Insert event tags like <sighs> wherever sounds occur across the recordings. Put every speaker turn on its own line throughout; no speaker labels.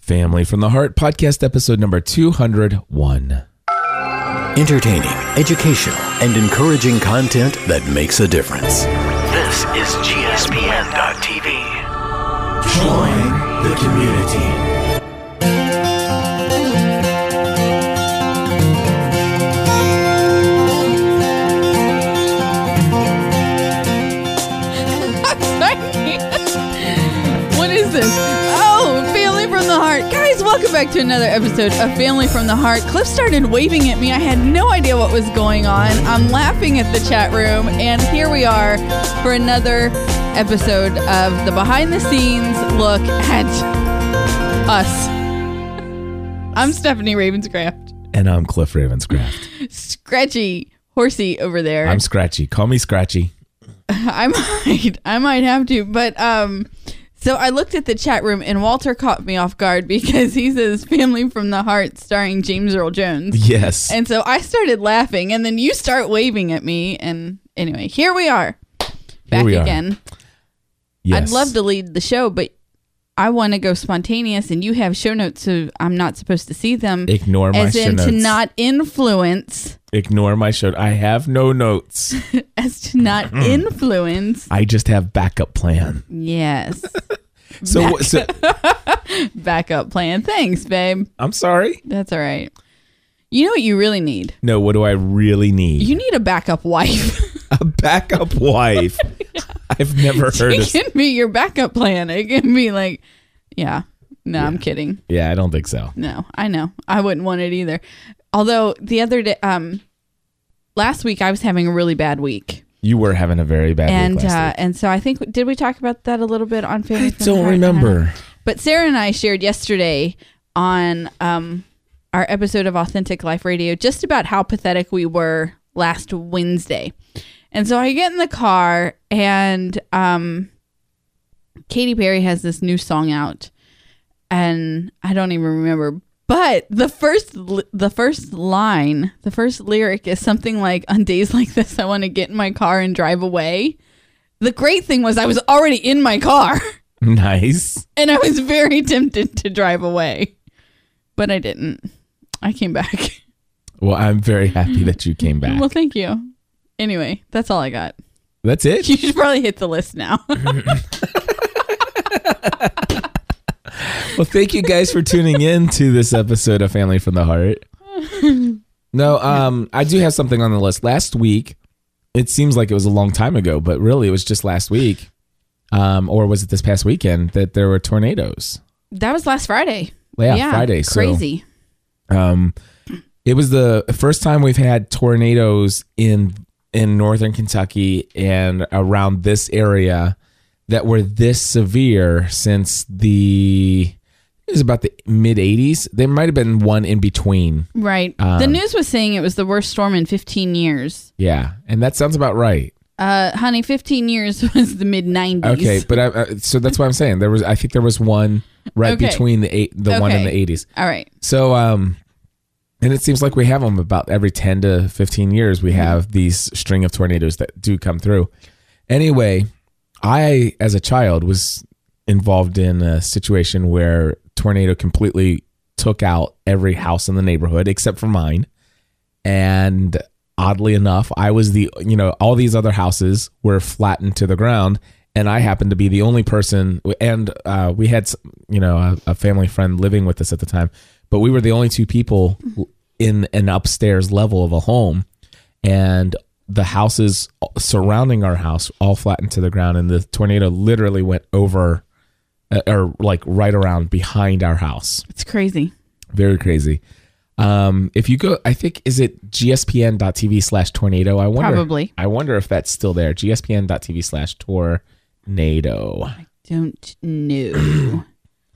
Family from the Heart podcast episode number 201.
Entertaining, educational, and encouraging content that makes a difference.
This is GSPN.TV.
Join the community.
<laughs> what is this? Oh, Family from the Heart. Guys, welcome back to another episode of Family from the Heart. Cliff started waving at me. I had no idea what was going on. I'm laughing at the chat room, and here we are for another episode of the behind the scenes look at us. I'm Stephanie Ravenscraft.
And I'm Cliff Ravenscraft.
Scratchy horsey over there.
I'm Scratchy. Call me Scratchy.
I might, I might have to, but um, so I looked at the chat room and Walter caught me off guard <laughs> because he says "Family from the Heart" starring James Earl Jones,
Yes.
and so I started laughing, and then you start waving at me, and anyway, here we are, back
we are.
again.
yes.
I'd love to lead the show, but I want to go spontaneous, and you have show notes, so I'm not supposed to see them.
Ignore my
as
show
in to
notes.
not influence,
Ignore my show. I have no
<laughs>
notes.
as
<laughs>
to not influence.
I just have backup plan. <laughs>
Yes,
So, so
backup plan. Thanks, babe.
I'm sorry.
That's all right. You know what you really need?
No, what do I really need?
You need a backup wife. <laughs>
a backup wife. I've never heard of.
it can be your backup plan. It can be like, yeah, no, I'm kidding.
Yeah, I don't think so.
No, I know. I wouldn't want it either. Although the other day, um, last week I was having a really bad week,
You were having a very bad
and
week last
uh,
week.
and so I think did we talk about that a little bit on Family?
I
from the
don't
Heart? uh-huh.
remember.
But Sarah and I shared yesterday on um, our episode of Authentic Life Radio just about how pathetic we were last Wednesday. And so I get in the car, and um, Katy Perry has this new song out, and I don't even remember. But the first, li- the first line, the first lyric is something like, "On days like this, I want to get in my car and drive away." The great thing was I was already in my car.
<laughs>
<laughs>
Nice.
and I was very tempted to drive away, but I didn't. I came back.
Well, I'm very happy that you
<laughs>
came back.
Well, thank you. Anyway, that's all I got. <laughs>
That's it.
You should probably hit the list now.
Well, thank you guys for tuning in to this episode of Family from the Heart. No, um, I do have something on the list. Last week, it seems like it was a long time ago, but really it was just last week, um, or was it this past weekend that there were tornadoes?
<laughs> that was last Friday.
Yeah, Friday. so-
Crazy.
Um, it was the first time we've had tornadoes in in northern Kentucky and around this area that were this severe since the it was about the mid 80s. There might have been one in between.
right.
um,
the news was saying it was the worst storm in 15 years.
Yeah, and that sounds about right.
Uh, honey, 15 years <laughs> was the mid 90s.
Okay, but I, uh, so that's what I'm saying. There was I think there was one right
Okay.
between the eight, the one in the
Okay.
80s.
All right.
So, um, and it seems like we have them about every 10 to 15 years.
Mm-hmm.
We have these string of tornadoes that do come through. Anyway, I, as a child, was involved in a situation where tornado completely took out every house in the neighborhood except for mine. And oddly enough, I was the, you know, all these other houses were flattened to the ground. And I happened to be the only person. And uh, we had, some- you know, a, a family friend living with us at the time, but we were the only two people in an upstairs level of a home. And the houses surrounding our house all flattened to the ground. And the tornado literally went over uh, or like right around behind our house
It's crazy.
very crazy. Um, if you go, I think is it gspn.tv slash tornado. I wonder.
Probably.
I wonder if that's still there. gspn.tv slash tornado.
Don't
<clears throat>
know.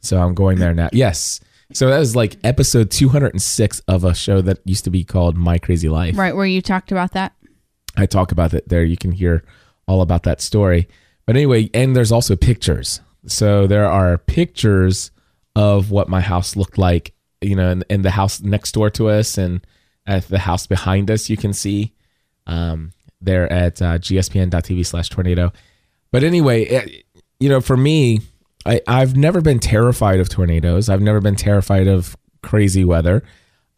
So I'm going there now. Yes. So that was like episode 206 of a show that used to be called My Crazy Life.
right where you talked about that.
I talk about it there. You can hear all about that story. But anyway, and there's also pictures. So there are pictures of what my house looked like, you know, and, and the house next door to us and at the house behind us, you can see um, there at uh, gspn.tv slash tornado. But anyway, it, you eh, know, for me, I, I've never been terrified of tornadoes. I've never been terrified of crazy weather.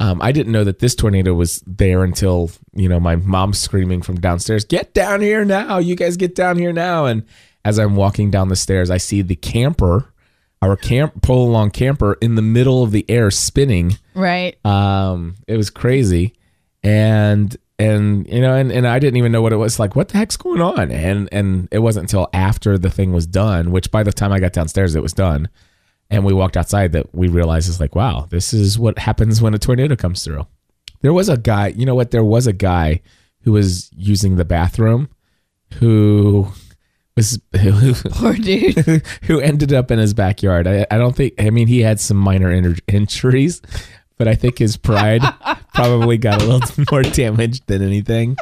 Um, I didn't know that this tornado was there until you know my mom screaming from downstairs, "Get down here now! You guys get down here now!" And as I'm walking down the stairs, I see the camper, our camp pole along camper, in the middle of the air spinning.
Right.
Um, it was crazy, and and you know, and, and I didn't even know what it was like. What the heck's going on? And and it wasn't until after the thing was done, which by the time I got downstairs, it was done, and we walked outside that we realized it's like, wow, this is what happens when a tornado comes through. There was a guy, you know what? There was a guy who was using the bathroom, who was <laughs> who,
Poor dude. <laughs>
<laughs> who ended up in his backyard. I, I don't think. I mean, he had some minor inj- <laughs> injuries, but I think his
<laughs>
pride probably got a little <laughs> more damaged than anything.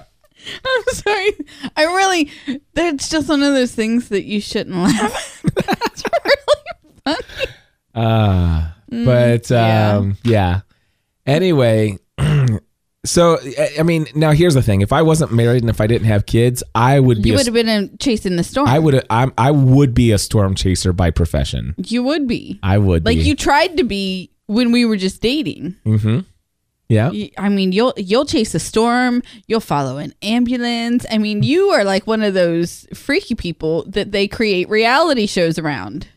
I'm sorry. I really. That's just one of those things that you shouldn't laugh. At.
Uh, but
Mm, yeah.
um, yeah. Anyway, <clears throat> so I- I mean, now here's the thing: if I wasn't married and if I didn't have kids, I would be.
you
a
would have been in, chasing the storm.
I would. I'm. I would be a storm chaser by profession.
you would be.
I would.
like
be.
you tried to be when we were just dating.
Mm-hmm. Yeah.
You- I mean, you'll you'll chase a storm. You'll follow an ambulance. I mean, you are like one of those freaky people that they create reality shows around.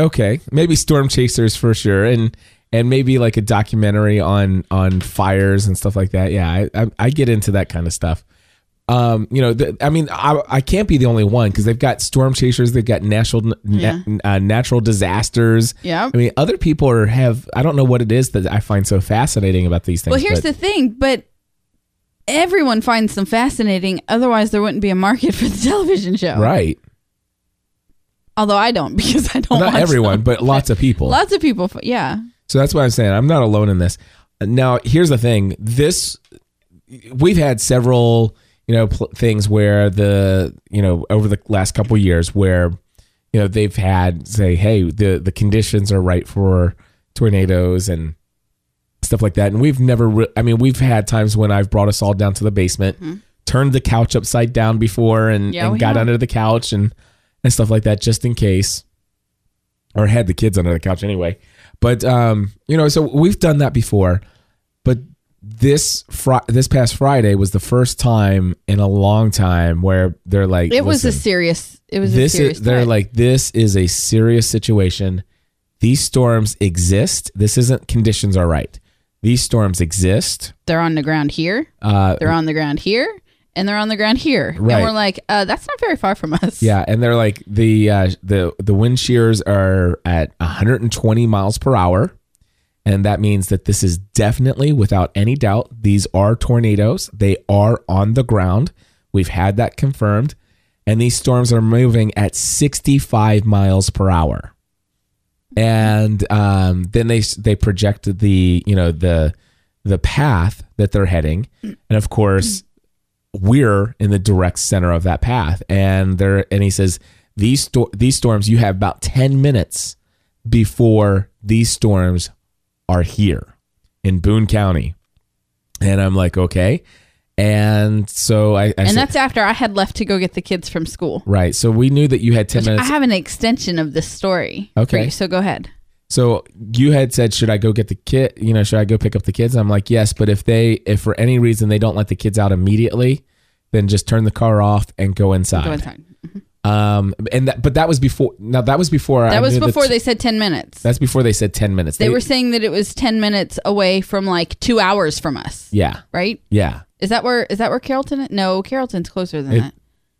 okay maybe storm chasers for sure and and maybe like a documentary on on fires and stuff like that yeah i i, I get into that kind of stuff um you know the, i mean I, I can't be the only one because they've got storm chasers they've got national na-
Yeah.
uh, natural disasters
Yeah.
i mean other people are have i don't know what it is that i find so fascinating about these things
Well, here's
but
the thing, but everyone finds them fascinating. Otherwise, there wouldn't be a market for the television show.
right
Although I don't <laughs> because I don't.
not
watch
everyone
them.
but lots of people
Lots of people. f- Yeah.
So that's what I'm saying. I'm not alone in this. Now, here's the thing. This we've had several, you know, pl- things where the, you know, over the last couple of years where you know, they've had say, "Hey, the the conditions are right for tornadoes and stuff like that." And we've never re- I mean, we've had times when I've brought us all down to the basement, turned the couch upside down before and,
Mm-hmm. Yeah,
and
we
got
have.
under the couch and and stuff like that just in case or had the kids under the couch anyway. But um, you know, so we've done that before. But this fri- this past Friday was the first time in a long time where they're like,
It was a
"Listen,
serious. It was
this
a serious.
is they're
threat.
like this is a serious situation. These storms exist. This isn't conditions are right. These storms exist.
they're on the ground here.
Uh,
They're on the ground here, and they're on the ground here.
Right.
And we're like, uh, that's not very far from us.
Yeah, and they're like the uh, the the wind shears are at 120 miles per hour, and that means that this is definitely, without any doubt, these are tornadoes. They are on the ground. We've had that confirmed, and these storms are moving at 65 miles per hour. And um, then they they projected the you know the the path that they're heading, and of course we're in the direct center of that path and there and he says these sto- these storms you have about 10 minutes before these storms are here in Boone County and I'm like okay and so I, I
And
said-
that's after I had left to go get the kids from school.
right so we knew that you had 10
I
minutes
have an extension of this story. for
Okay.
you, so go ahead.
So you had said, should I go get the kid? You know, should I go pick up the kids? I'm like, yes, but if they, if for any reason they don't let the kids out immediately, then just turn the car off and go inside.
Go inside.
Um, and that, but that was before. Now that was before. I
That was
knew
before they said 10 minutes.
That's before they said ten minutes.
They, were saying that it was 10 minutes away from like 2 hours from us,
Yeah,
right?
yeah.
Is that where is that where Carrollton? is? No, Carrollton's closer than
It-
that.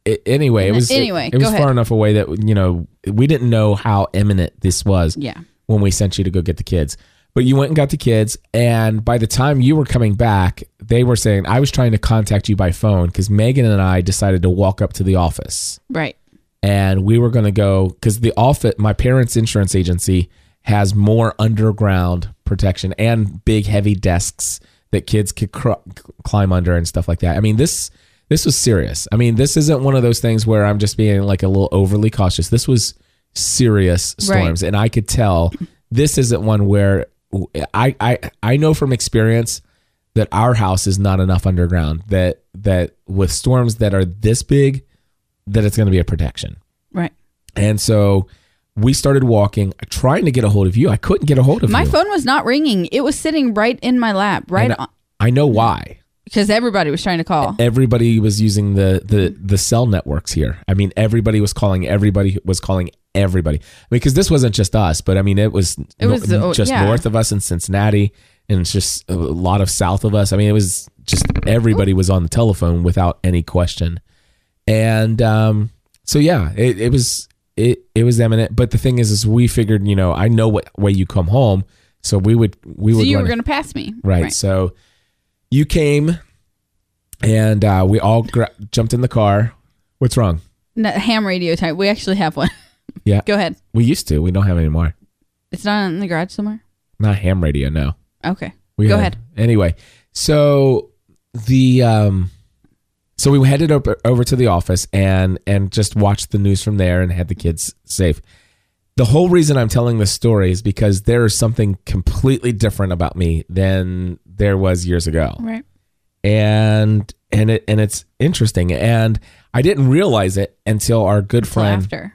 I- anyway, it was
Anyway,
It,
go
was far
ahead.
enough away that you know we didn't know how imminent this was.
Yeah.
when we sent you to go get the kids. But you went and got the kids, and by the time you were coming back, they were saying I was trying to contact you by phone because Megan and I decided to walk up to the office,
Right.
and we were going to go because the office, my parents' insurance agency, has more underground protection and big heavy desks that kids could cr- climb under and stuff like that. I mean this this was serious. I mean this isn't one of those things where I'm just being like a little overly cautious. This was serious
Right.
storms, and I could tell this isn't one where I I I know from experience that our house is not enough underground. That that with storms that are this big, that it's going to be a protection.
Right.
And so we started walking, trying to get a hold of you. I couldn't get a hold of
My
you.
phone was not ringing. It was sitting right in my lap, right
And I- I know why.
because everybody was trying to call.
Everybody was using the the the cell networks here. I mean, everybody was calling. Everybody was calling everybody. I mean, because this wasn't just us, but I mean, it was
It was, oh,
just
yeah.
north of us in Cincinnati, and it's just a lot of south of us. I mean, it was just everybody was on the telephone without any question. And um, so yeah, it, it was it it was eminent. But the thing is, is we figured, you know, I know what way you come home, so we would we
So
would
you
run-
were going to pass me,
Right. So you came and uh, we all gra- jumped in the car. What's wrong?
No, ham radio type. We actually have one. <laughs>
Yeah.
Go ahead.
We used to. We don't have any more.
It's not in the garage somewhere.
Not ham radio, no.
Okay.
We
Go
had-
ahead.
Anyway, so the um so we headed over, over to the office and and just watched the news from there and had the kids safe. The whole reason I'm telling this story is because there is something completely different about me than there was years ago.
Right.
and and it and it's interesting and i didn't realize it until our good friend
After.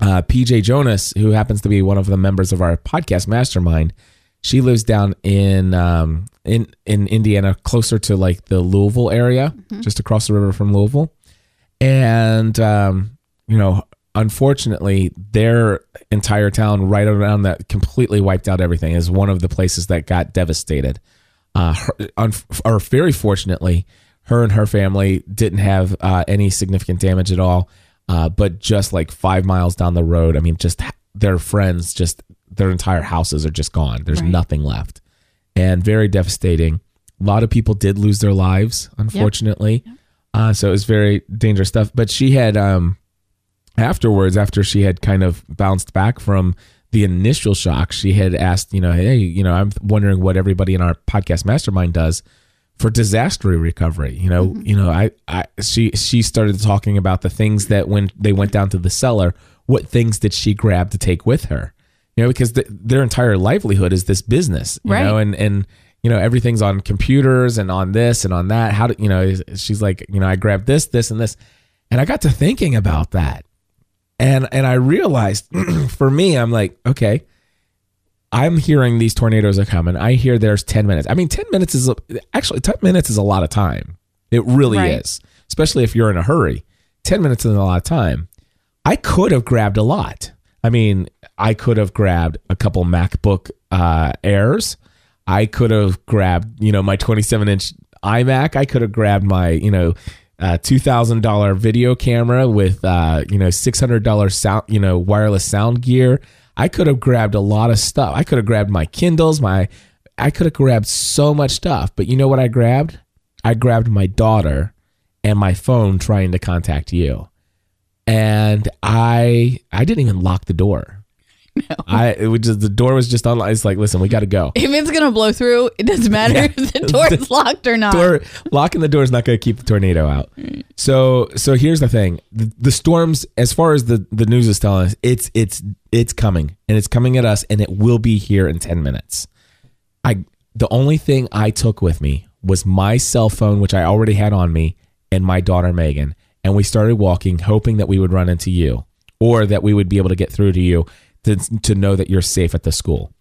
uh, pj jonas who happens to be one of the members of our podcast mastermind she lives down in um, in in indiana closer to like the louisville area just across the river from louisville and um, you know unfortunately their entire town right around that completely wiped out everything is one of the places that got devastated uh, her, un, or very fortunately, her and her family didn't have uh, any significant damage at all. Uh, but just like five miles down the road, I mean, just h- their friends, just their entire houses are just gone. There's
Right.
nothing left, and very devastating. A lot of people did lose their lives, unfortunately. Uh, so it was very dangerous stuff. But she had um, afterwards, after she had kind of bounced back from the initial shock, she had asked, you know, hey, you know, I'm wondering what everybody in our podcast mastermind does for disaster recovery. You know, you know, I, I, she, she started talking about the things that when they went down to the cellar, what things did she grab to take with her? You know, because th their entire livelihood is this business, you
Right.
know, and and you know everything's on computers and on this and on that. How do you know? She's like, you know, I grabbed this, this, and this, and I got to thinking about that and and I realized <clears throat> for me, I'm like, okay, I'm hearing these tornadoes are coming. I hear there's ten minutes. I mean, ten minutes is a- actually ten minutes is a lot of time. It really
Right.
is, especially if you're in a hurry. Ten minutes isn't a lot of time. I could have grabbed a lot. I mean, I could have grabbed a couple MacBook uh, Airs. I could have grabbed, you know, my 27 inch iMac. I could have grabbed my, you know, uh, $2,000 video camera with, uh, you know, $600 sound, you know, wireless sound gear. I could have grabbed a lot of stuff. I could have grabbed my Kindles, my, I could have grabbed so much stuff. But you know what I grabbed? I grabbed my daughter and my phone trying to contact you and I I didn't even lock the door. No. I it was just the door was just unlocked. It's like, listen, we got to go.
If it's going to blow through, it
<laughs>
doesn't matter
Yeah.
if
<laughs>
the door's locked or not.
Door locking the door is not going to keep the tornado out. So so here's the thing: the, the storms, as far as the the news is telling us, it's it's it's coming and it's coming at us, and it will be here in ten minutes. I the only thing I took with me was my cell phone, which I already had on me, and my daughter Megan. And we started walking, hoping that we would run into you, or that we would be able to get through to you to, to know that you're safe at the school.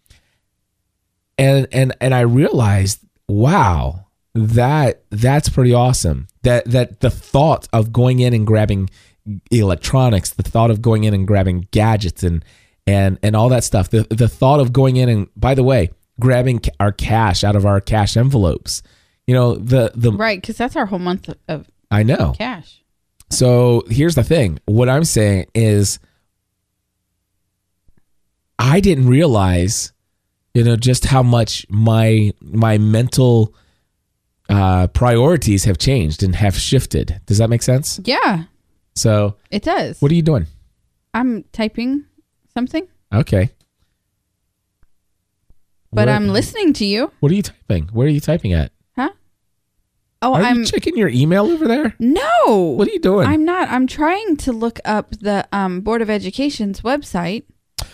And and and I realized, wow, that that's pretty awesome. That that the thought of going in and grabbing electronics, the thought of going in and grabbing gadgets and and and all that stuff. The the thought of going in and by the way, grabbing ca- our cash out of our cash envelopes. You know, the the
Right. Because that's our whole month of
I know.
cash.
So here's the thing. What I'm saying is, I didn't realize, you know, just how much my my mental uh, priorities have changed and have shifted. Does that make sense?
Yeah,
So,
it does.
what are you doing?
I'm typing something,
Okay.
but
Where-
I'm listening to you.
What are you typing? Where are you typing at?
Huh? Oh,
Are
I'm.
you checking your email over there?
no.
What are you doing?
I'm not. I'm trying to look up the um, Board of Education's website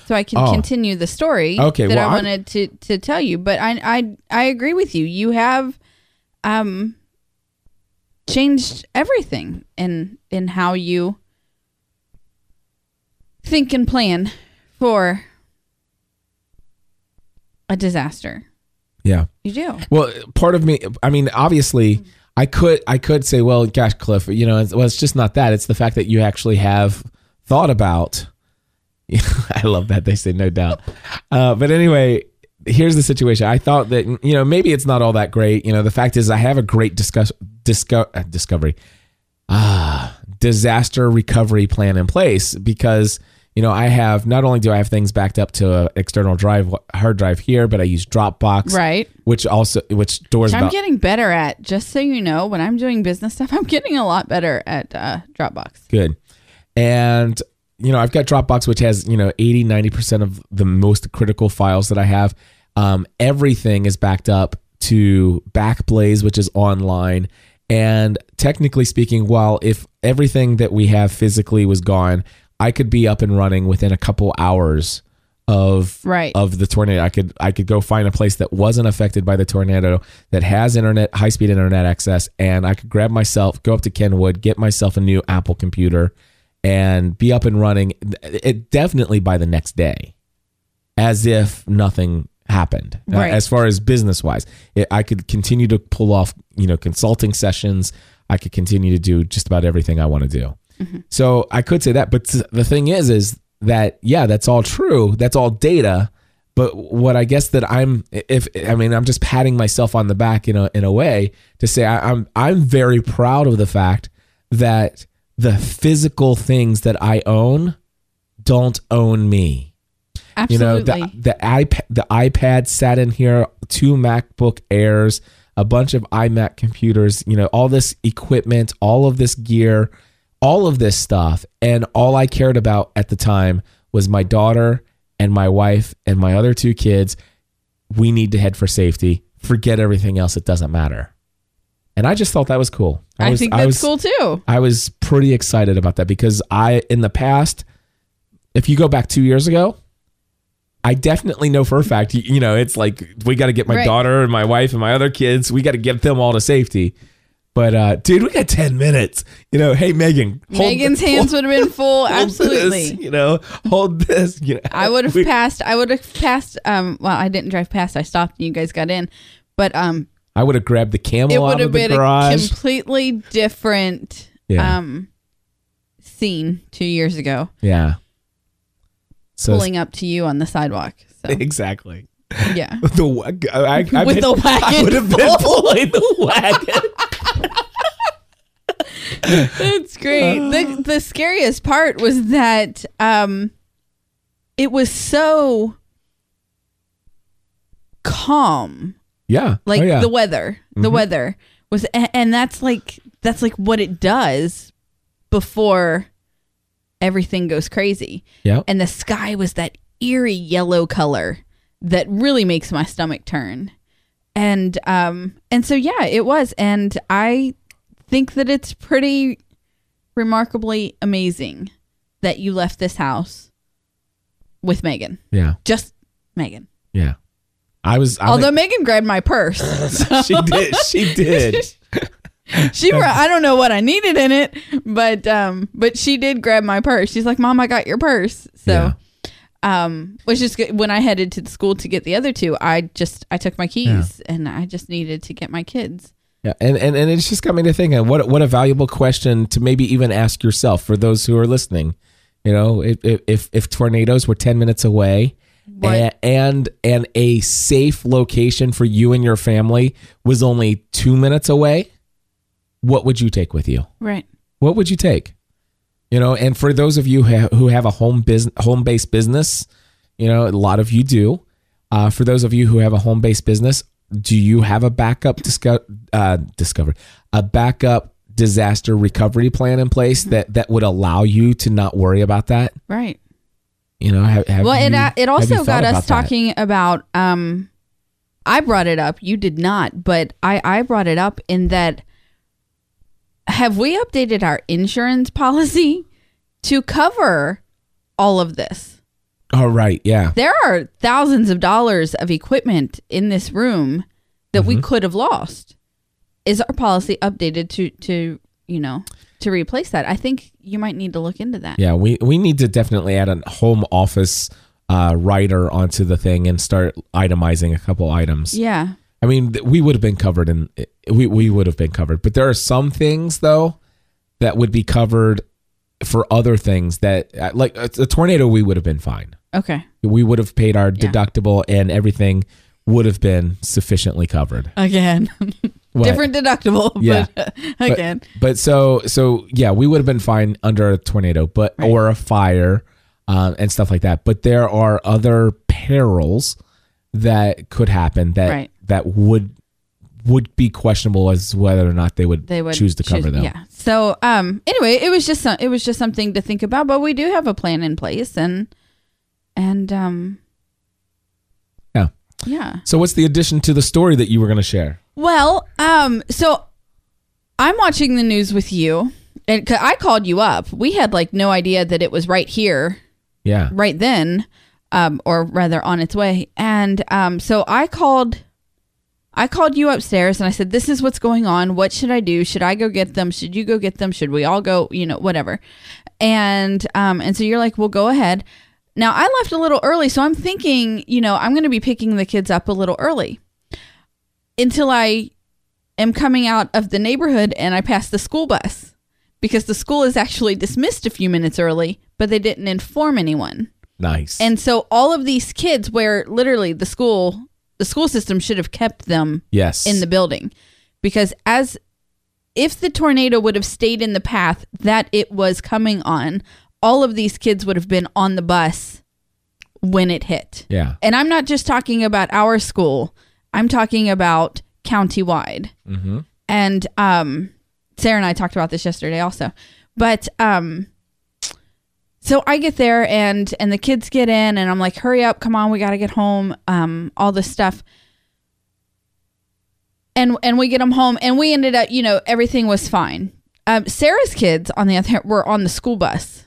so I can
Oh.
continue the story
Okay,
that
well,
I
I'm-
wanted to, to tell you. But I, I I agree with you. You have um changed everything in in how you think and plan for a disaster.
Yeah.
You do.
Well, part of me, I mean, obviously, I could, I could say, well, gosh, Cliff, you know, it's, well, it's just not that. It's the fact that you actually have thought about. <laughs> I love that they say no doubt, uh, but anyway, here's the situation. I thought that you know maybe it's not all that great. You know, the fact is, I have a great discuss, disco, uh, discovery, ah, disaster recovery plan in place because you know I have not only do I have things backed up to an external drive hard drive here, but I use Dropbox,
Right.
which also which doors
Which I'm
about,
getting better at, just so you know, when I'm doing business stuff, <laughs> I'm getting a lot better at uh, Dropbox.
good and you know i've got dropbox which has you know 80 90% of the most critical files that i have um, everything is backed up to backblaze which is online and technically speaking while if everything that we have physically was gone i could be up and running within a couple hours of
Right.
of the tornado. I could I could go find a place that wasn't affected by the tornado that has internet high speed internet access, and I could grab myself, go up to Kenwood, get myself a new Apple computer, and be up and running. It definitely by the next day, as if nothing happened. Uh,
Right.
As far as business wise, I could continue to pull off you know consulting sessions. I could continue to do just about everything I want to do. So I could say that, but the thing is, is that yeah, that's all true. That's all data. But what I guess that I'm, if I mean, I'm just patting myself on the back in a in a way to say I, I'm I'm very proud of the fact that the physical things that I own don't own me.
Absolutely.
You know, the the iPad the iPad sat in here, two MacBook Airs, a bunch of iMac computers, you know, all this equipment, all of this gear, all of this stuff, and all I cared about at the time was my daughter and my wife and my other two kids. We need to head for safety. Forget everything else, it doesn't matter. And I just thought that was cool.
I,
was,
think that's
was,
cool too.
I was pretty excited about that because I, in the past, if you go back two years ago, I definitely know for a fact, you, you know, it's like we got to get my
Right.
daughter and my wife and my other kids, we got to get them all to safety. But uh, dude, we got ten minutes. You know, hey Megan, hold- <laughs>
Megan's
hold-
hands would have been
<laughs>
full.
hold this,
Absolutely.
you know, hold this. You know,
I would have
We-
passed. I would have passed. Um, well, I didn't drive past. I stopped and you guys got in. But um,
I would have grabbed the camel
it would
out
have
of the
been a
garage.
completely different
Yeah.
um scene two years ago,
yeah. So
pulling up to you on the sidewalk.
<laughs>
So
exactly.
yeah,
<laughs> The wa- I, I, I
With the wagon
<laughs> I would have been <laughs>
<laughs>
pulling the wagon.
that's great.
<sighs>
the The scariest part was that um, it was so calm.
Yeah.
like
Oh, yeah. Mm-hmm.
the weather the weather was a- and that's like that's like what it does before everything goes crazy
yeah.
and the sky was that eerie yellow color that really makes my stomach turn and um and so yeah it was and i think that it's pretty remarkably amazing that you left this house with megan
yeah.
just megan
Yeah. I was. I
although megan grabbed my purse so-
<laughs> think- she did.
<laughs>
She did.
She, were, I don't know what I needed in it, but um, but she did grab my purse. She's like, "Mom, I got your purse." So, um, which is good. when I headed to the school to get the other two, I just I took my keys and I just needed to get my kids.
Yeah. And, and and it's just got me to thinking. What what a valuable question to maybe even ask yourself for those who are listening. You know, if if- if if tornadoes were ten minutes away. a-
What?
And, and a safe location for you and your family was only two minutes away. What would you take with you?
Right.
what would you take? You know, and for those of you who have, who have a home business, home based business, you know, a lot of you do. Uh, for those of you who have a home based business, do you have a backup disco- uh, discovered a backup disaster recovery plan in place
Mm-hmm.
that that would allow you to not worry about that?
Right.
You know, have, have
well,
you,
it uh,
have
it
you
also
thought
got
about
us
that?
talking about um, I brought it up. You did not, but I I brought it up in that. Have we updated our insurance <laughs> policy to cover all of this?
Oh, right, yeah,
there are thousands of dollars of equipment in this room that
Mm-hmm.
we could have lost. Is our policy updated to to you know to replace that? I think you might need to look into that.
yeah. We we need to definitely add a home office uh, writer onto the thing and start itemizing a couple items.
Yeah.
I mean, th- we would have been covered in we we would have been covered. But there are some things though that would be covered for other things that uh, like a, a tornado we would have been fine.
Okay.
We would have paid our
Yeah.
deductible and everything would have been sufficiently covered.
Again. <laughs>
What?
Different deductible. <laughs>
Yeah.
But,
But-
again.
But, so so yeah, we would have been fine under a tornado, but
Right.
or a fire um, and stuff like that. But there are other perils that could happen that
Right.
that would would be questionable as whether or not they would,
they would
choose to cover them.
Yeah. So um anyway, it was just some, it was just something to think about, but we do have a plan in place and and um
Yeah.
yeah.
So what's the addition to the story that you were going to share?
Well, um so I'm watching the news with you and 'cause I called you up. We had like no idea that it was right here
Yeah.
right then, um, or rather on its way. And um, so I called, I called you upstairs and I said, "This is what's going on. What should I do? Should I go get them? Should you go get them? Should we all go? You know, whatever." And um, and so you're like, "Well, go ahead." Now I left a little early, so I'm thinking, you know, I'm going to be picking the kids up a little early until I am coming out of the neighborhood and I pass the school bus because the school is actually dismissed a few minutes early, but they didn't inform anyone.
Nice.
And so all of these kids where literally the school the school system should have kept them
yes.
in the building because as if the tornado would have stayed in the path that it was coming on, all of these kids would have been on the bus when it hit.
yeah.
And I'm not just talking about our school. I'm talking about countywide.
Mhm.
And um, Sarah and I talked about this yesterday also. But um, so I get there and and the kids get in and I'm like, hurry up, come on, we got to get home. Um, all this stuff. And and we get them home and we ended up, you know, everything was fine. Um, Sarah's kids, on the other hand, were on the school bus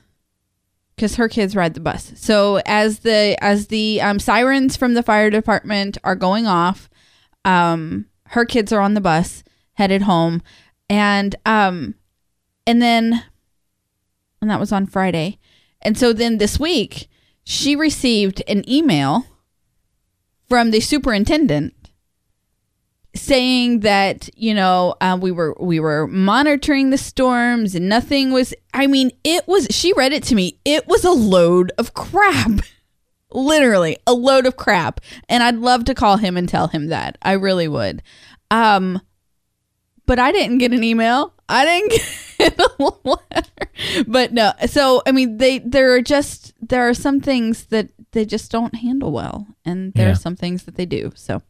because her kids ride the bus. So as the as the um, sirens from the fire department are going off, um, her kids are on the bus headed home, and um, and then, and that was on Friday, and so then this week she received an email from the superintendent saying that you know uh, we were we were monitoring the storms and nothing was i mean it was she read it to me it was a load of crap <laughs> literally a load of crap and i'd love to call him and tell him that i really would um but i didn't get an email i didn't <laughs> get a letter but no so i mean they there are just there are some things that they just don't handle well and there
Yeah.
are some things that they do so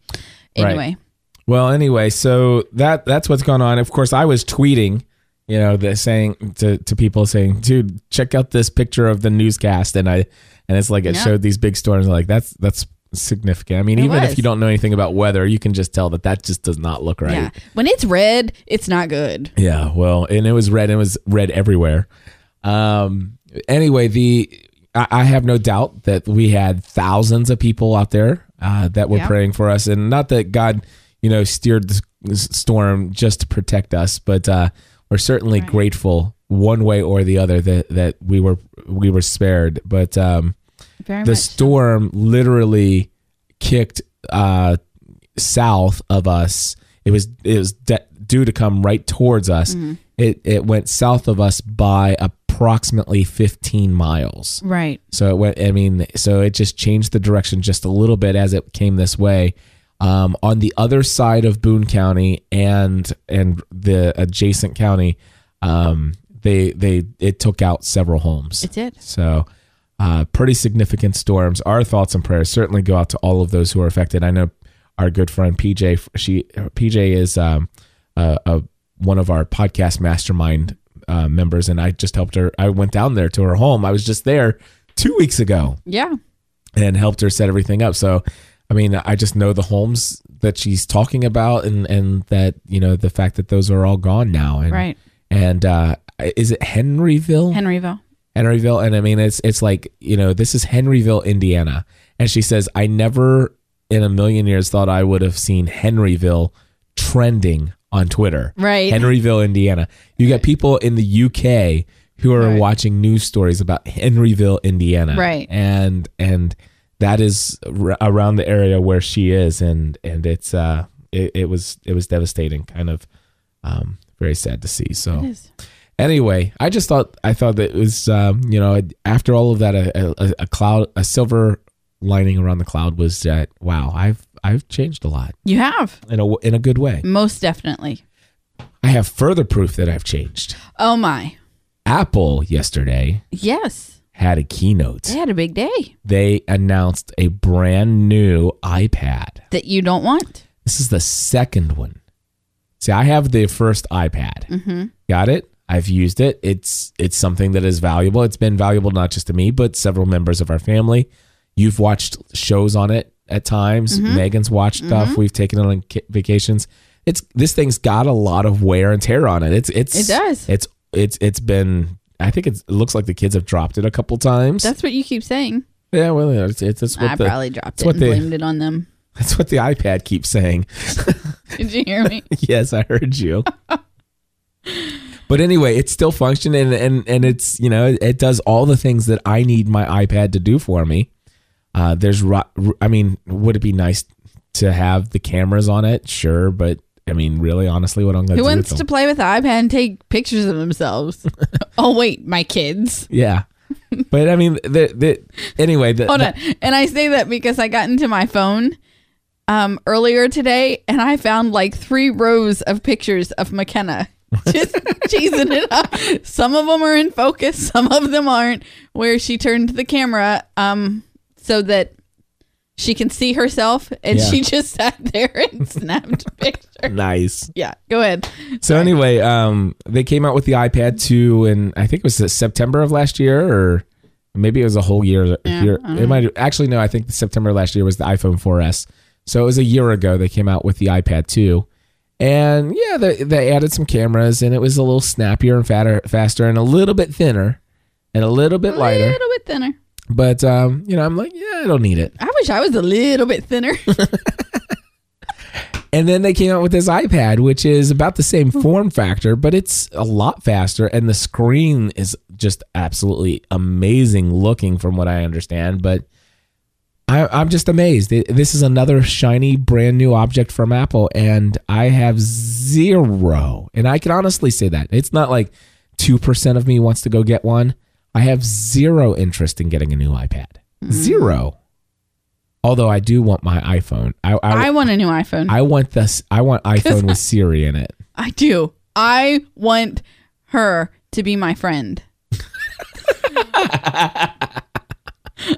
Right.
anyway
Well, anyway, so that that's what's going on. Of course, I was tweeting, you know, the saying to, to people saying, "Dude, check out this picture of the newscast." And I and it's like it
Yeah.
showed these big storms. Like that's that's significant. I mean,
It
even
was.
if you don't know anything about weather, you can just tell that that just does not look right.
Yeah. When it's red, it's not good.
Yeah, well, and it was red. It was red everywhere. Um. Anyway, the I, I have no doubt that we had thousands of people out there uh, that were
Yeah.
praying for us, and not that God, you know, steered this, this storm just to protect us, but uh, we're certainly
Right.
grateful one way or the other that that we were we were spared. But um,
Very
the storm literally kicked uh, south of us. It was it was de- due to come right towards us. It it went south of us by approximately 15 miles.
right.
So it went. I mean, so it just changed the direction just a little bit as it came this way. Um, on the other side of Boone County and and the adjacent county, um, they they it took out several homes.
It's it.
So, uh, pretty significant storms. Our thoughts and prayers certainly go out to all of those who are affected. I know our good friend PJ. She PJ is um, uh, uh, one of our podcast mastermind uh, members, and I just helped her. I went down there to her home. I was just there two weeks ago
Yeah.
and helped her set everything up. So, I mean, I just know the homes that she's talking about, and and that you know the fact that those are all gone now. And,
Right.
And uh, is it Henryville?
Henryville.
Henryville, and I mean it's it's like you know this is Henryville, Indiana, and she says I never in a million years thought I would have seen Henryville trending on Twitter.
Right.
Henryville, Indiana. You got people in the UK who are
Right.
watching news stories about Henryville, Indiana.
Right.
And and that is r- around the area where she is, and and it's uh, it, it was it was devastating, kind of, um, very sad to see. So
It is.
anyway, I just thought I thought that it was um, you know after all of that a, a, a cloud a silver lining around the cloud was that wow I've I've changed a lot
You have
in a in a good way.
most definitely.
I have further proof that I've changed.
Oh my,
Apple yesterday
yes,
had a keynote.
they had a big day
They announced a brand new iPad.
that you don't want.
This is the second one. See, I have the first iPad.
Mm-hmm.
Got it. I've used it. It's it's something that is valuable. It's been valuable not just to me, but several members of our family. You've watched shows on it at times.
Mm-hmm.
Megan's watched stuff. We've taken it on ki- vacations. It's this thing's got a lot of wear and tear on it. It's it's
It does.
It's it's it's been. I think it's, it looks like the kids have dropped it a couple times.
That's what you keep saying.
yeah, well, it's it's, it's what
I
the
probably dropped
it's
it
what
and
they-
blamed it on them.
<laughs>
<laughs>
that's what the iPad keeps saying.
Did you hear me?
<laughs> yes, I heard you. but anyway, it's still functioning and, and and it's you know it does all the things that I need my iPad to do for me. Uh, there's ro- I mean, would it be nice to have the cameras on it? Sure, but I mean, really, honestly, what I'm going to do?
Who
with
wants
them?
to play with the iPad and take pictures
<laughs>
of themselves? oh wait, my kids.
yeah. But I mean, the, the anyway, the,
Hold
the-
on. And I say that because I got into my phone um, earlier today and I found like three rows of pictures
<laughs>
of McKenna just cheesing it up. Some of them are in focus, some of them aren't, where she turned the camera um, so that she can see herself and
Yeah.
she just sat there
<laughs>
and snapped a picture.
nice.
Yeah, go ahead.
So anyway, um, they came out with the iPad 2 in I think it was September of last year, or maybe it was a whole year.
Yeah,
year.
I don't
It might actually no. I think September last year was the iPhone 4S. So it was a year ago they came out with the iPad 2, and yeah, they they added some cameras, and it was a little snappier and fatter, faster, and a little bit thinner, and a little bit
A
lighter.
little bit thinner.
But um, you know, I'm like, yeah, I don't need it.
I wish I was a little bit thinner.
And then they came out with this iPad, which is about the same form factor, but it's a lot faster. And the screen is just absolutely amazing looking, from what I understand. But I, I'm just amazed. Th- This is another shiny, brand new object from Apple, and I have zero. And I can honestly say that it's not like 2% of me wants to go get one. I have zero interest in getting a new iPad. Zero. Although I do want my iPhone. I, I,
I want a new iPhone.
I want this. I
<laughs>
want iPhone with Siri in it.
I do. I want her to be my friend.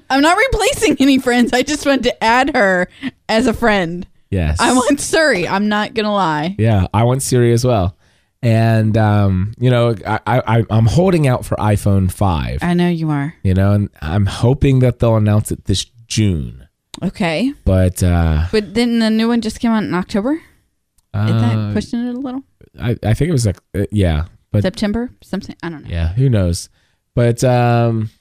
I'm not replacing any friends. I just want to add her as a friend.
Yes.
I want Surrey. I'm not gonna lie.
Yeah, I want Siri as well. And um, you know, I, I I- I'm holding out for iPhone five.
I know you are.
You know, and I'm hoping that they'll announce it this June.
Okay,
But uh,
but then the new one just came out in October. Isn't
uh,
that pushing it a little?
I I think it was like uh, yeah, but
September, something. I don't know.
yeah, who knows? But um,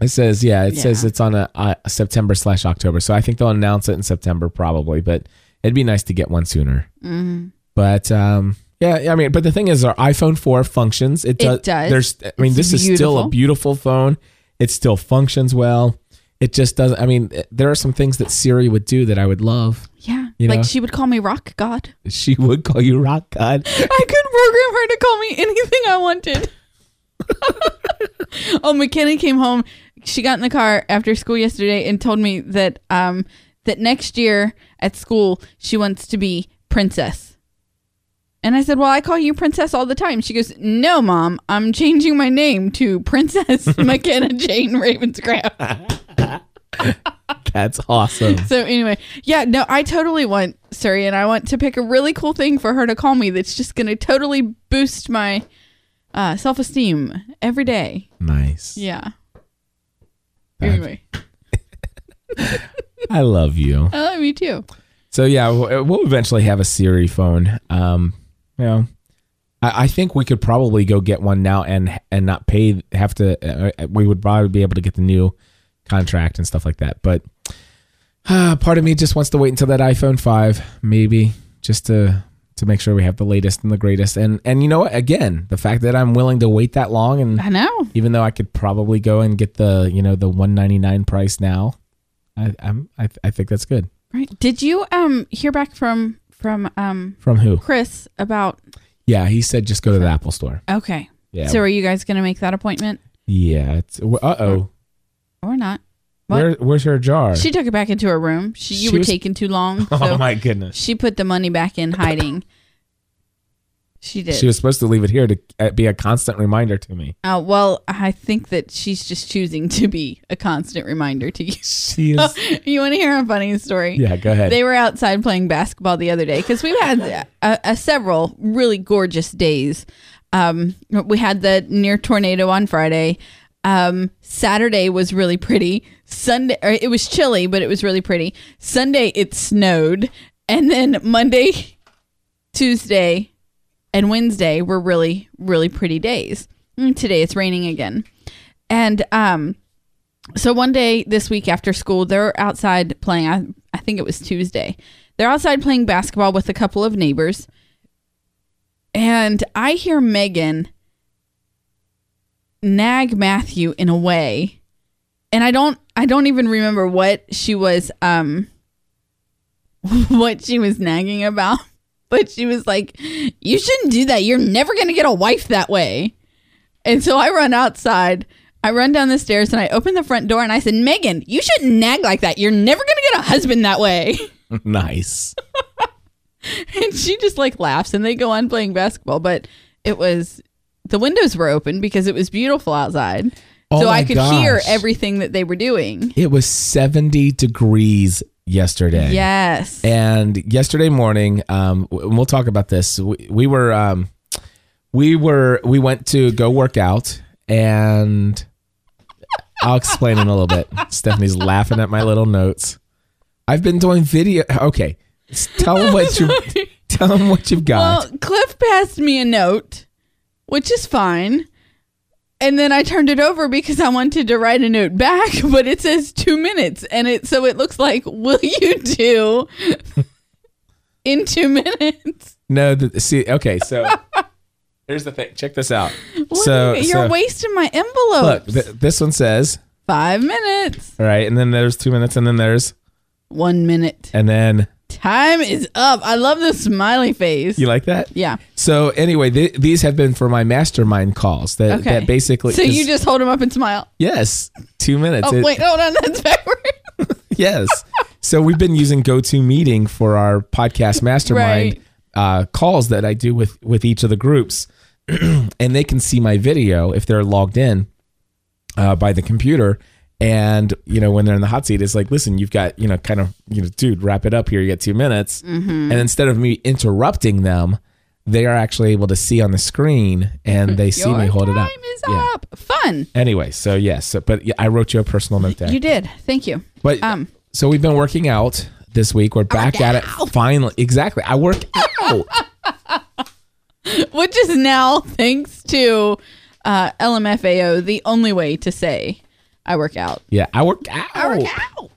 it says yeah, it says
Yeah.
it's on a, a September slash October. So I think they'll announce it in September probably. But it'd be nice to get one sooner.
Mm.
But um, yeah, I mean, but the thing is, our iPhone four functions. It does.
It does.
There's, I mean,
It's
this is still a
beautiful.
beautiful phone. It still functions well. It just doesn't. I mean, eh, there are some things that Siri would do that I would love. <laughs>
Yeah,
You
like
know?
she would call me Rock God.
She would call you Rock God. <laughs>
I could program her to call me anything I wanted. oh, McKenna came home. She got in the car after school yesterday and told me that um that next year at school she wants to be princess. And I said, "Well, I call you princess all the time." She goes, "No, mom, I'm changing my name to Princess McKenna Jane Ravenscraft."
That's
<laughs>
awesome.
So anyway, yeah, no, I totally want Suri, and I want to pick a really cool thing for her to call me that's just going to totally boost my uh, self esteem every day.
Nice.
Yeah.
That-
Anyway,
I love you.
I love you too.
So yeah, we'll we'll eventually have a Siri phone. Um, you know, I, I think we could probably go get one now and and not pay. Have to. Uh, we would probably be able to get the new contract and stuff like that. But <sighs> uh, part of me just wants to wait until that iPhone five, maybe, just to to make sure we have the latest and the greatest. And and you know what? Again, the fact that I'm willing to wait that long, and
I know.
even though I could probably go and get the you know the 199 price now, I, I'm, I, I think that's good.
Right. Did you um hear back from from um
From who?
Chris about
Yeah, he said just go to the Apple store.
okay.
Yeah.
So are you guys going to make that appointment
yeah. It's, uh oh.
or not? What?
Where, where's her jar?
She took it back into her room. She, you
She
were
was-
taking too long. So
<laughs> oh my goodness.
she put the money back
<laughs>
in hiding. she did.
She was supposed to leave it here to uh, be a constant reminder to me.
uh, well, I think that she's just choosing to be a constant reminder to you. <laughs>
She is.
you want to hear a funny story?
yeah, go ahead.
They were outside playing basketball the other day because we've had a, a several really gorgeous days. Um, we had the near tornado on Friday. Um, Saturday was really pretty. Sunday, or it was chilly, but it was really pretty. Sunday, it snowed. And then Monday, Tuesday, and Wednesday were really, really pretty days. And today, it's raining again. And, um, so one day this week after school, they're outside playing. I, I think it was Tuesday. They're outside playing basketball with a couple of neighbors. And I hear Megan nag Matthew in a way. And I don't I don't even remember what she was um <laughs> what she was nagging about. <laughs> But she was like, You shouldn't do that. You're never gonna get a wife that way. And so I run outside. I run down the stairs and I open the front door and I said, Megan, you shouldn't nag like that. You're never going to get a husband that way.
<laughs>
<laughs>
nice.
and she just like laughs and they go on playing basketball. But it was, the windows were open because it was beautiful outside.
Oh
so I
my
could hear
gosh.
everything that they were doing.
It was 70 degrees yesterday.
Yes.
And yesterday morning, um, w- and we'll talk about this. We, we were, um, we were, we went to go work out, and I'll explain in a little bit. <laughs> Stephanie's laughing at my little notes. I've been doing video. Okay, S- tell them
<laughs>
what you tell them what you've got.
Well, Cliff passed me a note, which is fine. And then I turned it over because I wanted to write a note back, <laughs> but it says two minutes, and it so it looks like <laughs> will you do in two minutes?
no, the, see, okay, so here's the thing. Check this out.
Look,
so
you're
so-
wasting my
look,
envelope.
th- this one says
Five minutes,
all right, and then there's two minutes, and then there's
one minute.
and then
Time is up. I love the smiley face.
you like that?
yeah.
So anyway, th- these have been for my mastermind calls. That,
Okay.
that basically.
so you
'cause-
just hold him up and smile.
yes, two minutes.
Oh
It-
wait, hold on, that's <laughs> backwards.
Yes. so we've been using GoToMeeting for our podcast mastermind uh, calls that I do with with each of the groups, <clears throat> and they can see my video if they're logged in uh, by the computer. And you know when they're in the hot seat, it's like, listen, you've got you know kind of you know, dude, wrap it up here. You got two minutes,
Mm-hmm.
and instead of me interrupting them, they are actually able to see on the screen
<laughs>
and they see
Your
me hold
time
it up.
is
Yeah.
up. Fun.
Anyway, so yes, so, but yeah, I wrote you a personal note there.
You did. Thank you.
But
Um.
so we've been working out this week. We're back at it finally. Exactly. I work
<laughs>
out.
<laughs> which is now thanks to uh, LMFAO the only way to say I work out.
yeah, I work out. Oh.
out.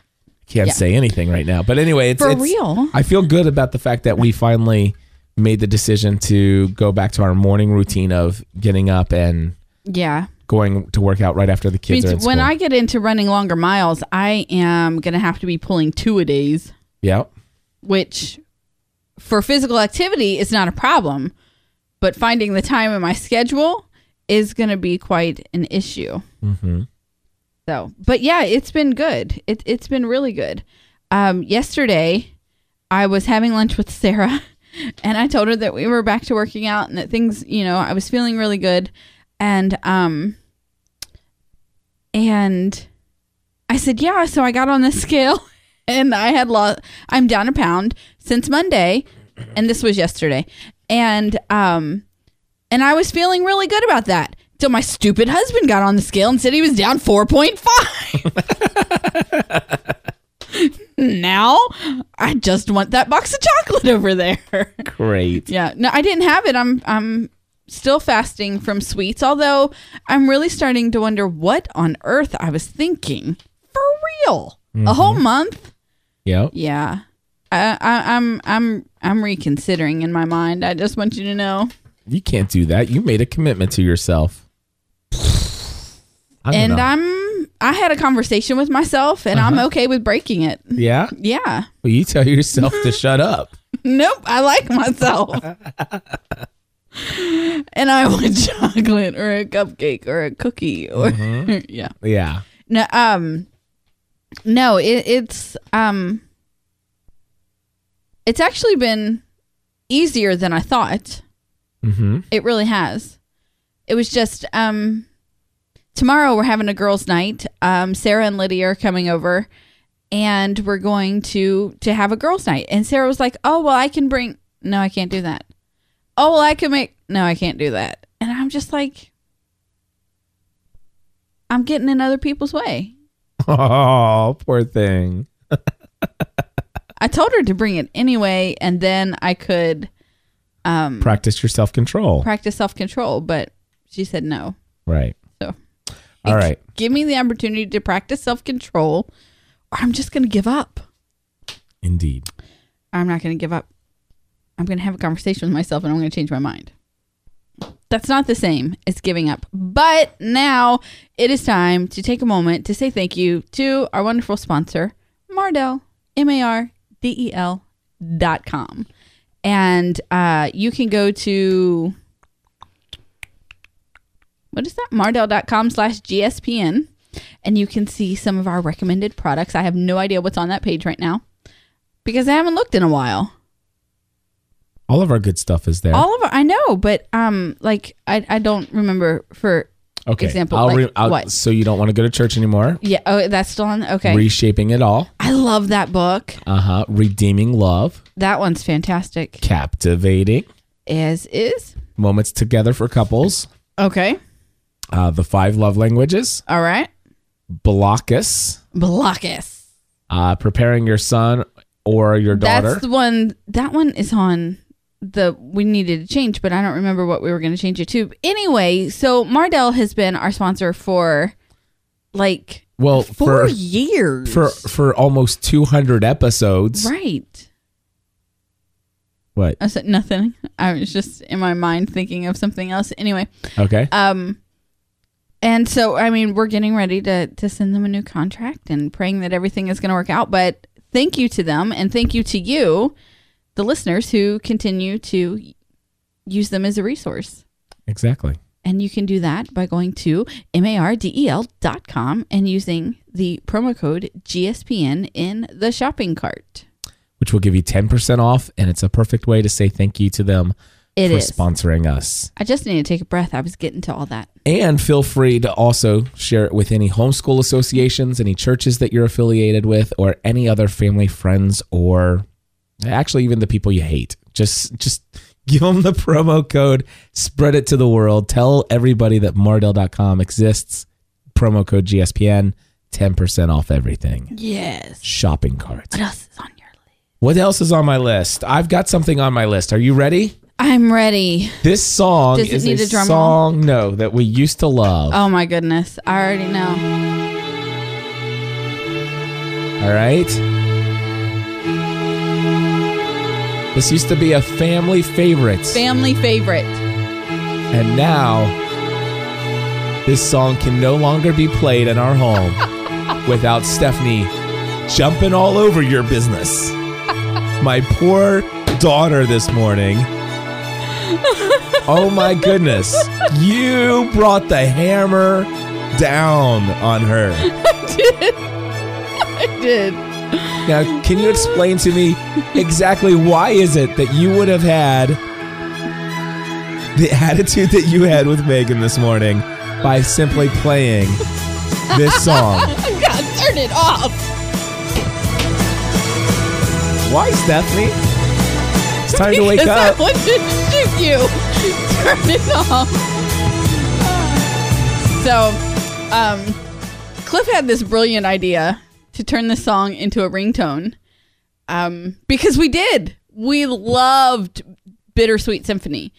Can't say anything right now. But anyway, it's
For
it's-
real.
I feel good about the fact that we finally made the decision to go back to our morning routine of getting up and
Yeah.
going to work out right after the kids are in
Means when
school.
I get into running longer miles, I am going to have to be pulling two a days,
yeah.
which for physical activity is not a problem, but finding the time in my schedule is going to be quite an issue.
hmm
So, but yeah, it's been good. It, it's been really good. Um, yesterday, I was having lunch with Sarah, <laughs> and I told her that we were back to working out and that things, you know, I was feeling really good, and um, and I said, yeah. So I got on the <laughs> scale, and I had lost. I'm down a pound since Monday, and this was yesterday, and um, and I was feeling really good about that. Till my stupid husband got on the scale and said he was down 4.5. <laughs> now I just want that box of chocolate over there. <laughs>
Great.
Yeah. No, I didn't have it. I'm I'm still fasting from sweets, although I'm really starting to wonder what on earth I was thinking. For real. A whole month?
Yep.
Yeah. I, I, I'm I'm I'm reconsidering in my mind. I just want you to know.
You can't do that. You made a commitment to yourself. I don't
and
know.
I'm I had a conversation with myself and I'm okay with breaking it.
Yeah.
Yeah. <laughs>
Well, you tell yourself to shut up.
Nope, I like myself. and I want <laughs> chocolate or a cupcake or a cookie or <laughs> yeah.
Yeah.
No, um, no, it, it's um, it's actually been easier than I thought.
Mm-hmm.
It really has. It was just um, tomorrow we're having a girls' night. Um, Sarah and Lydia are coming over, and we're going to to have a girls' night. And Sarah was like, "Oh well, I can bring." No, I can't do that. Oh well, I can make. No, I can't do that. And I'm just like, I'm getting in other people's way.
<laughs> Oh, poor thing.
I told her to bring it anyway, and then I could um,
Practice your self control.
practice self control. But she said no.
Right.
So,
All right.
Give me the opportunity to practice self control, or I'm just going to give up.
Indeed.
I'm not going to give up. I'm going to have a conversation with myself, and I'm going to change my mind. That's not the same as giving up. But now it is time to take a moment to say thank you to our wonderful sponsor, Mardell, M A R D E L dot com. And uh, you can go to what is that? Mardell.com slash GSPN. And you can see some of our recommended products. I have no idea what's on that page right now because I haven't looked in a while.
All of our good stuff is there.
All of our, I know, but um, like I, I don't remember for
okay.
example,
I'll
like
re- I'll-
what?
So you don't want to go to church anymore?
yeah. Oh, that's still on. Okay,
Reshaping it all.
I love that book.
Uh huh. Redeeming love.
That one's fantastic.
Captivating.
As is.
Moments together for couples.
Okay.
Uh, the five love languages.
All right.
Blockus.
Blockus.
Uh, preparing your son or your daughter.
That's the one. That one is on the we needed to change, but I don't remember what we were going to change it to. Anyway, so Mardell has been our sponsor for like
well,
four
for
years.
for for almost 200 episodes.
right.
What?
I said nothing. I was just in my mind thinking of something else. Anyway,
Okay.
um, and so I mean, we're getting ready to to send them a new contract and praying that everything is going to work out. But thank you to them, and thank you to you, the listeners who continue to use them as a resource.
exactly.
And you can do that by going to E mardel.com and using the promo code GSPN in the shopping cart.
Which will give you 10% off and it's a perfect way to say thank you to them
It
for
is.
sponsoring us.
I just need to take a breath. I was getting to all that.
And feel free to also share it with any homeschool associations, any churches that you're affiliated with or any other family friends or actually even the people you hate. Just just <laughs> give them the promo code, spread it to the world, tell everybody that mardell.com exists. Promo code GSPN 10% off everything.
Yes.
Shopping cart.
What else is on your list?
What else is on my list? I've got something on my list. Are you ready?
I'm ready.
This song
Does it
is
need
a
a drum roll?
song no that we used to love.
Oh my goodness. I already know. Oh.
All right. This used to be a family favorite,
Family favorite.
and now this song can no longer be played in our home
<laughs>
without Stephanie jumping all over your
<laughs>
business. My poor daughter this morning. Oh my
<laughs>
goodness. You brought the hammer down on her.
I <laughs> did.
Now, can you explain to me exactly why is it that you would have had the <laughs> attitude that you had with Megan this morning by simply playing this
<laughs>
song?
I got turn it off.
Why, Stephanie? It's time
<laughs>
to wake
Because
up.
I wanted to shoot you. Turn it off. So, um, Cliff had this brilliant idea to turn this song into a ringtone. Um, because we did. We loved Bittersweet Symphony.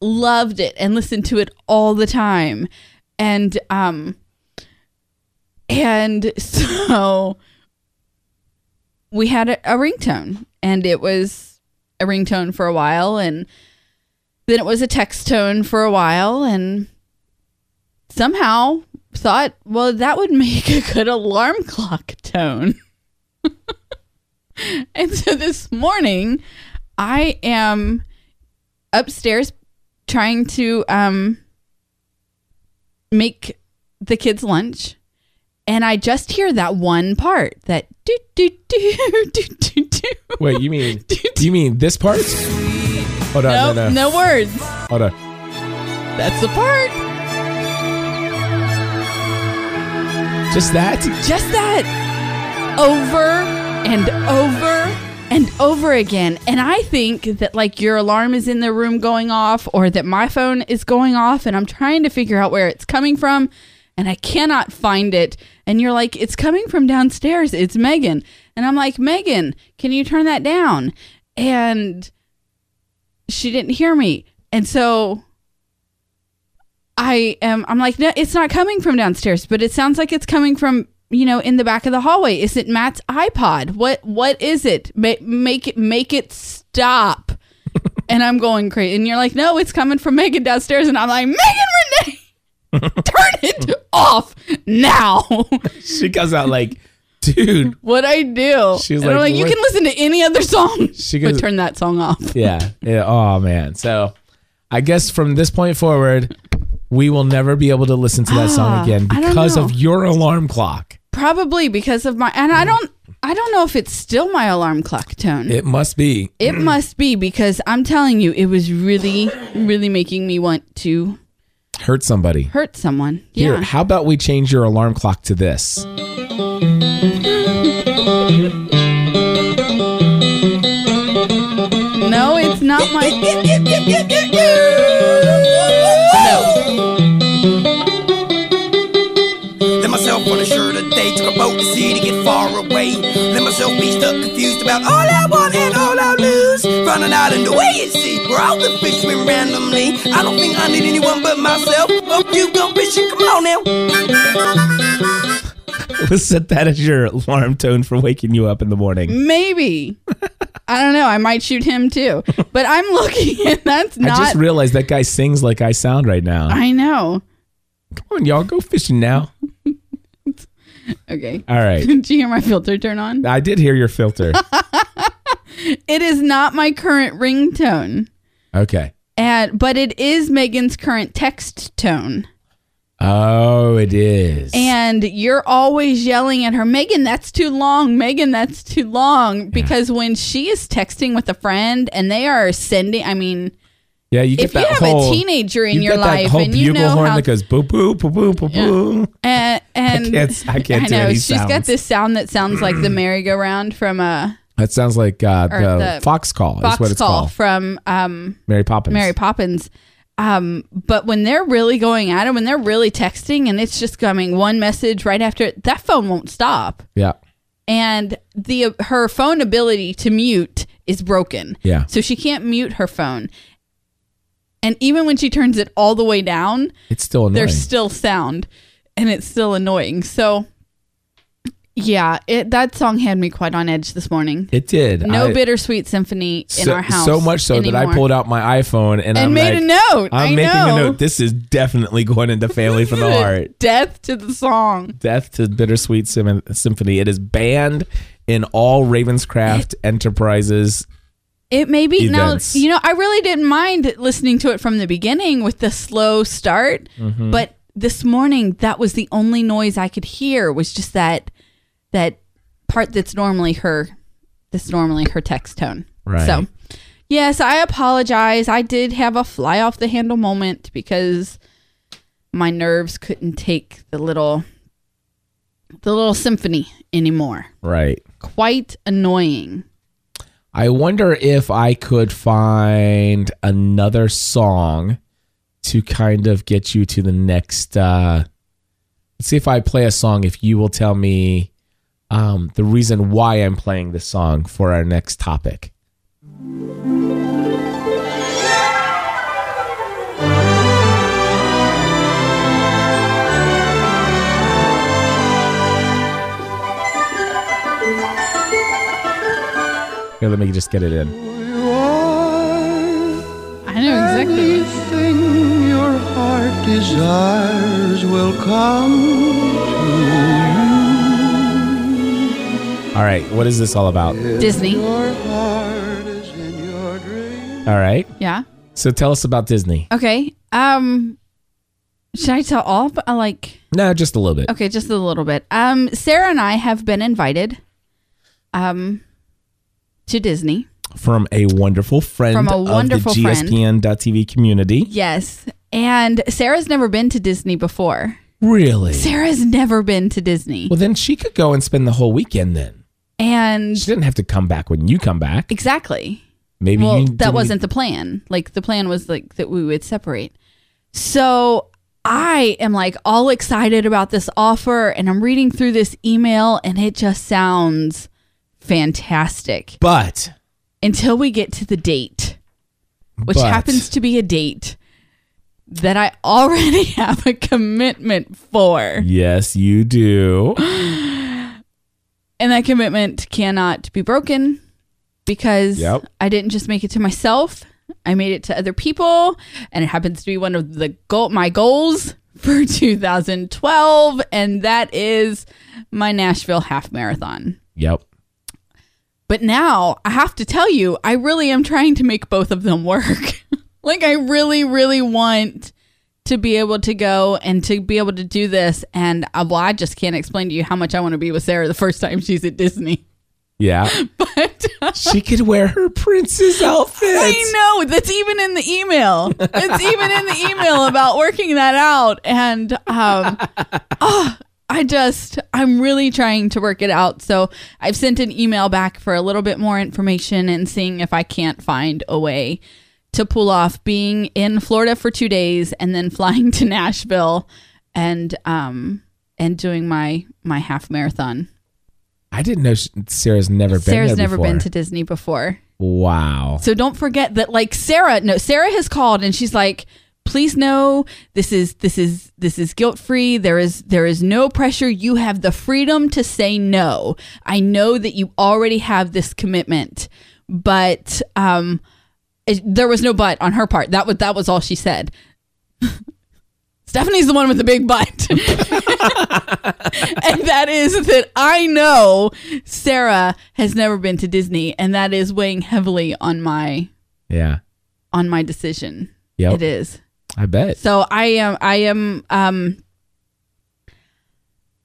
Loved it and listened to it all the time. And um and <laughs> so we had a, a ringtone and it was a ringtone for a while and then it was a text tone for a while and somehow thought, well, that would make a good alarm clock tone. <laughs> and so this morning, I am upstairs trying to um, make the kids lunch. And I just hear that one part that do do do do <laughs> do do.
Wait, you mean you mean this part? Hold on,
No,
no, no,
no words.
Hold on.
That's the part.
Just that? <laughs>
Just that. Over and over and over again. And I think that, like, your alarm is in the room going off, or that my phone is going off, and I'm trying to figure out where it's coming from, and I cannot find it. And you're like, it's coming from downstairs. It's Megan. And I'm like, Megan, can you turn that down? And she didn't hear me. And so I am. I'm like, no, it's not coming from downstairs, but it sounds like it's coming from you know in the back of the hallway. Is it Matt's iPod? What what is it? Make make it make
<laughs>
it stop. and I'm going crazy. And you're like, no, it's coming from Megan downstairs. And I'm like, Megan
<laughs>
Renee, turn it off now. <laughs>
She comes out like, dude.
what I do?
She's
and I'm
like,
like, you
what-
can listen to any other song, <laughs>
She
but
goes-
turn that song off.
Yeah. yeah. Oh man. So I guess from this point forward, we will never be able to listen to that song
Ah,
again
I don't
because of
know.
your alarm clock.
Probably because of my.
Mm.
And I don't. I don't know if it's still my alarm clock tone.
It must be.
It must be because I'm telling you, it was really, really making me want to
Hurt somebody.
hurt someone.
Here,
Yeah.
how about we change your alarm clock to <laughs> this?
No, it's not my. No.
Let myself on a shirt a day, took a boat to sea to get far away. Let myself be stuck confused about all I want and all I lose. Found an island away at sea where all the fish went randomly. I don't think I need anyone but myself. If you go fishing, come on now.
Let's set that as your alarm tone for waking you up in the morning.
Maybe. I don't know. I might shoot him too. But I'm looking, <laughs> and that's
I
not. I,
just realized that guy sings like I sound right now.
know.
Come on, y'all, go fishing now.
Okay. <laughs>
All right.
Did you hear my filter turn on?
I did hear your filter.
It is not my current ringtone,
Okay.
and but it is Megan's current text tone.
Oh, it is.
And you're always yelling at her, Megan, that's too long. Megan, that's too long. Because when she is texting with a friend and they are sending, I mean,
yeah, you get
if you
that
have
whole-
a teenager in
you
your
get that
life
whole
and
bugle
you know
horn
how,
that goes boo boo boo boo boo boo.
and, and <laughs>
can't- I can't do
know
any
she's got
sounds.
this sound that sounds like
<clears throat>
the merry-go-round from a
That sounds like uh,
Or
the,
the
fox call.
box
is what it's
call
called.
from um,
Mary Poppins.
Mary Poppins. Um, but when they're really going at it, when they're really texting, and it's just coming one message right after it, that phone won't stop.
yeah.
and the her phone ability to mute is broken.
Yeah.
So she can't mute her phone. And even when she turns it all the way down,
It's still annoying.
there's still sound and it's still annoying. So yeah, it that song had me quite on edge this morning.
it did.
no
I-
bittersweet symphony in
so,
our house.
So much so that I
anymore.
pulled out my iPhone and,
and
I'm
made
like,
a note.
I'm
I
making
know.
a note. This is definitely going
<laughs>
into Family from the Heart.
Death to the song.
Death to Bittersweet Sym- Symphony. It is banned in all Ravenscraft Enterprises.
It may be
events.
now. You know, I really didn't mind listening to it from the beginning with the slow start,
Mm-hmm.
but this morning that was the only noise I could hear was just that that part that's normally her that's normally her text tone.
Right.
So, yes, I apologize. I did have a fly off the handle moment because my nerves couldn't take the little the little symphony anymore.
Right.
Quite annoying.
I wonder if I could find another song to kind of get you to the next. Uh, let's see if I play a song. If you will tell me um, the reason why I'm playing this song for our next topic. Here, let me just get it in.
I know exactly.
Everything your heart desires will come
All right, what is this all about?
Disney.
Your heart is in your dream
All right,
Yeah.
so tell us about Disney.
Okay. Um, should I tell all? But I like.
No, just a little bit.
Okay, just a little bit. Um, Sarah and I have been invited, um, to Disney.
From a wonderful friend
From a wonderful
of the
friend.
GSPN.TV community.
Yes, and Sarah's never been to Disney before.
Really?
Sarah's never been to Disney,
Well, then she could go and spend the whole weekend then.
and
She didn't have to come back when you come back.
exactly.
Maybe
Well,
you
that
didn't-
wasn't the plan. Like the plan was like that we would separate. So I am like all excited about this offer, and I'm reading through this email, and it just sounds fantastic.
But
until we get to the date, which
But-
happens to be a date that I already <laughs> have a commitment for.
yes, you
<gasps>
do.
And that commitment cannot be broken because
Yep.
I didn't just make it to myself. I made it to other people and it happens to be one of the goal my goals for <laughs> 2012 and that is my Nashville half marathon.
yep.
But now I have to tell you, I really am trying to make both of them <laughs> work. like, I really, really want to be able to go and to be able to do this. And uh, well, I just can't explain to you how much I want to be with Sarah the first time she's at Disney.
Yeah.
But uh,
she could wear her princess outfit.
I know that's even in the email. It's even in the email about working that out. And um, <laughs> oh, I just, I'm really trying to work it out. So I've sent an email back for a little bit more information and seeing if I can't find a way to pull off being in Florida for two days and then flying <laughs> to Nashville and um and doing my my half marathon.
I didn't know sh- Sarah's never been
Sarah's
there
never
before.
been to Disney before.
Wow.
So don't forget that like Sarah no Sarah has called and she's like please know this is this is this is guilt free there is there is no pressure you have the freedom to say no I know that you already have this commitment but um it, there was no but on her part that was that was all she said <laughs> Stephanie's the one with the big butt. <laughs> and that is that I know Sarah has never been to Disney and that is weighing heavily on my
Yeah.
on my decision.
Yep.
It is.
I bet.
So I am I am um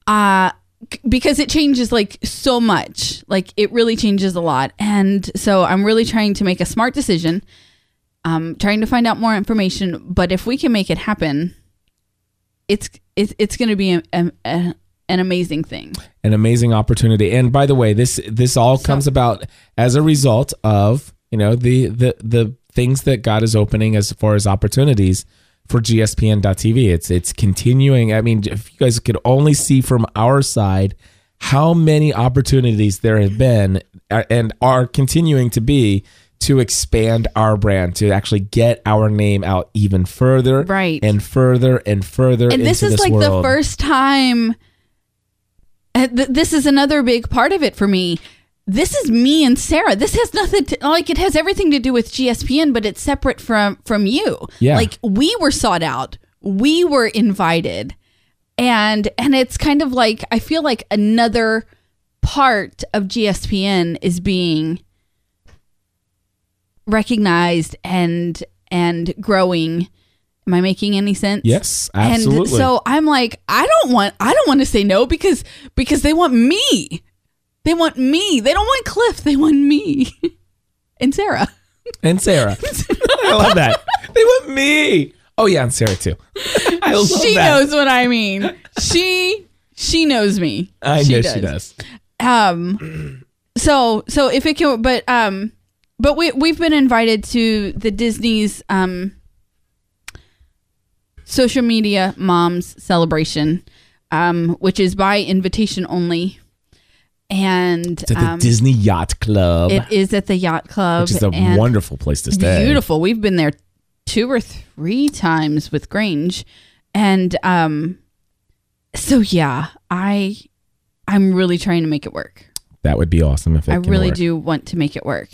uh c- because it changes like so much. Like it really changes a lot. And so I'm really trying to make a smart decision. Um trying to find out more information, but if we can make it happen, it's it's, it's going to be a, a, a, an amazing thing.
an amazing opportunity. And by the way, this this all comes about as a result of you know the the the things that God is opening as far as opportunities for GSPN.TV. It's it's continuing. I mean, if you guys could only see from our side how many opportunities there have been uh, and are continuing to be to expand our brand to actually get our name out even further
Right.
and further and further
and this
into
is like the
world.
first time uh, th- this is another big part of it for me this is me and sarah this has nothing to, like it has everything to do with gspn but it's separate from from you
Yeah.
like we were sought out we were invited and and it's kind of like i feel like another part of gspn is being recognized and and growing am i making any sense
yes absolutely
and so I'm like, I don't want I don't want to say no because because they want me. They want me. They don't want Cliff. They want me. <laughs> and Sarah.
and
<laughs>
Sarah. I love that. They want me. Oh yeah, and Sarah too. <laughs> I love
she
that.
knows what I mean. She she knows
<laughs>
me.
I know she does.
um so so if it can but um but we we've been invited to the disney's um social media moms celebration um which is by invitation only and
To the
um,
Disney Yacht Club,
it is at the yacht club
which is a
and
wonderful place to stay.
beautiful we've been there two or three times with grange and um so yeah i i'm really trying to make it work
That would be awesome if it
I
can
really
work.
do want to make it work.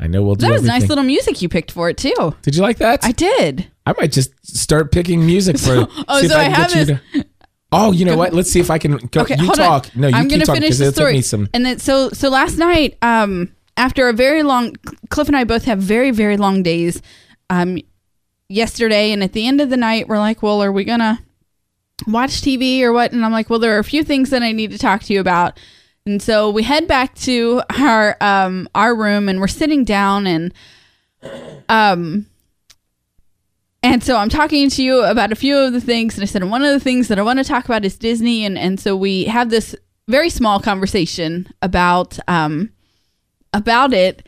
I know we'll do
That was nice
everything.
little music you picked for it too.
Did you like that?
I
I,
did.
might just start picking music for.
<laughs> So- oh,
see if
so I
can
have
get you
this-
to- oh, you know what? Let's see if I can. Go,
Okay,
you
hold
talk.
on.
No, you
I'm
keep
gonna
talking because
finish the
it'll
story.
take me some.
And then so so last night, um, after a very long, Cliff and I both have very very long days, um, yesterday, and at the end of the night, we're like, well, are we gonna watch TV or what? And I'm like, well, there are a few things that I need to talk to you about. And so we head back to our um our room, and we're sitting down and um and so I'm talking to you about a few of the things, and I said one of the things that I want to talk about is Disney, and and so we have this very small conversation about um about it,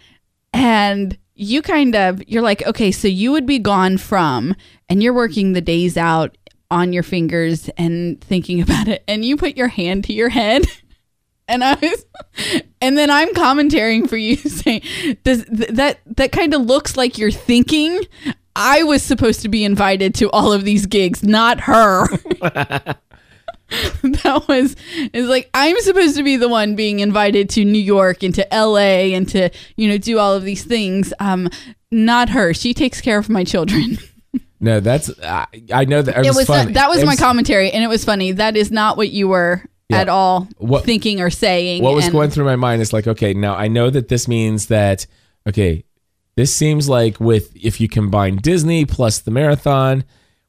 and you kind of you're like, okay, so you would be gone from, and you're working the days out on your fingers and thinking <laughs> about it, and you put your hand to your head. <laughs> And I was, <laughs> and then I'm commentating for you, <laughs> saying, "Does th- that that kind of looks like you're thinking?" I was supposed to be invited to all of these gigs, not
<laughs>
her. <laughs> that was is like I'm supposed to be the one being invited to New York and to LA and to you know do all of these things. Um, not her. She takes care of my children. <laughs>
No, that's. I, I know that. It,
It was
fun.
that, that was
It
my commentary, and it was funny. That is not what you were
Yeah.
at all
What-
thinking or saying.
What was
and-
going through my mind is like, okay, now I know that this means that okay, this seems like with if you combine Disney plus the marathon,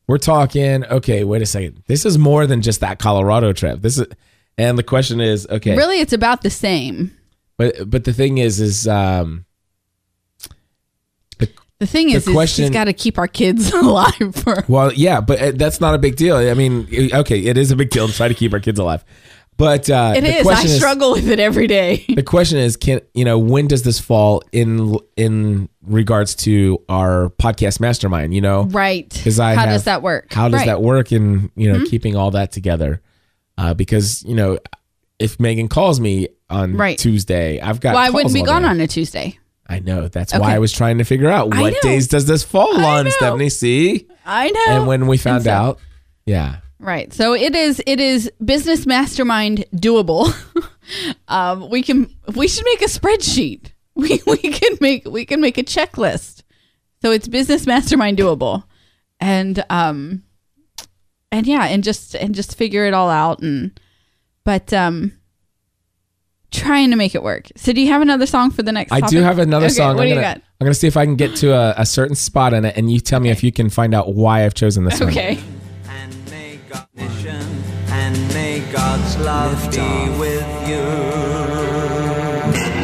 we're talking. Okay, wait a second. This is more than just that Colorado trip. This is, and the question is, okay,
Really, it's about the same.
But but the thing is, is um,
The thing is, is
question-
she's got to keep our kids <laughs> alive. For
well, yeah, but uh, that's not a big deal. I mean, i- okay, it is a big deal to try to keep our kids alive, but uh,
it
the
is. I
question
struggle with it every
<laughs>
day.
the question is can you know when does this fall in in regards to our podcast mastermind you know
Right.
'Cause I
how
have-
does that work?
how does
Right. Mm-hmm.
that work in you know keeping all that together uh, because you know if megan calls me on
Right.
tuesday i've got
Well, I
calls
wouldn't be
all
gone
day.
on a Tuesday.
i know that's
Okay.
why i was trying to figure out
I
what
know.
days does this fall
I
on
know.
stephanie see
I know.
and when we found
so-
out yeah
Right. So it is. It is business mastermind doable. <laughs> um, we can. We should make a spreadsheet. <laughs> We we can make we can make a checklist. So it's business mastermind doable, and um, and yeah, and just and just figure it all out and, but um, trying to make it work. So do you have another song for the next?
I do
topic?
have another
Okay,
song.
What
I'm
do you
gonna,
got?
I'm gonna see if I can get to a, a certain spot in it, and you tell me if you can find out why I've chosen this one.
Okay.
And may God's mission and may God's love be with you.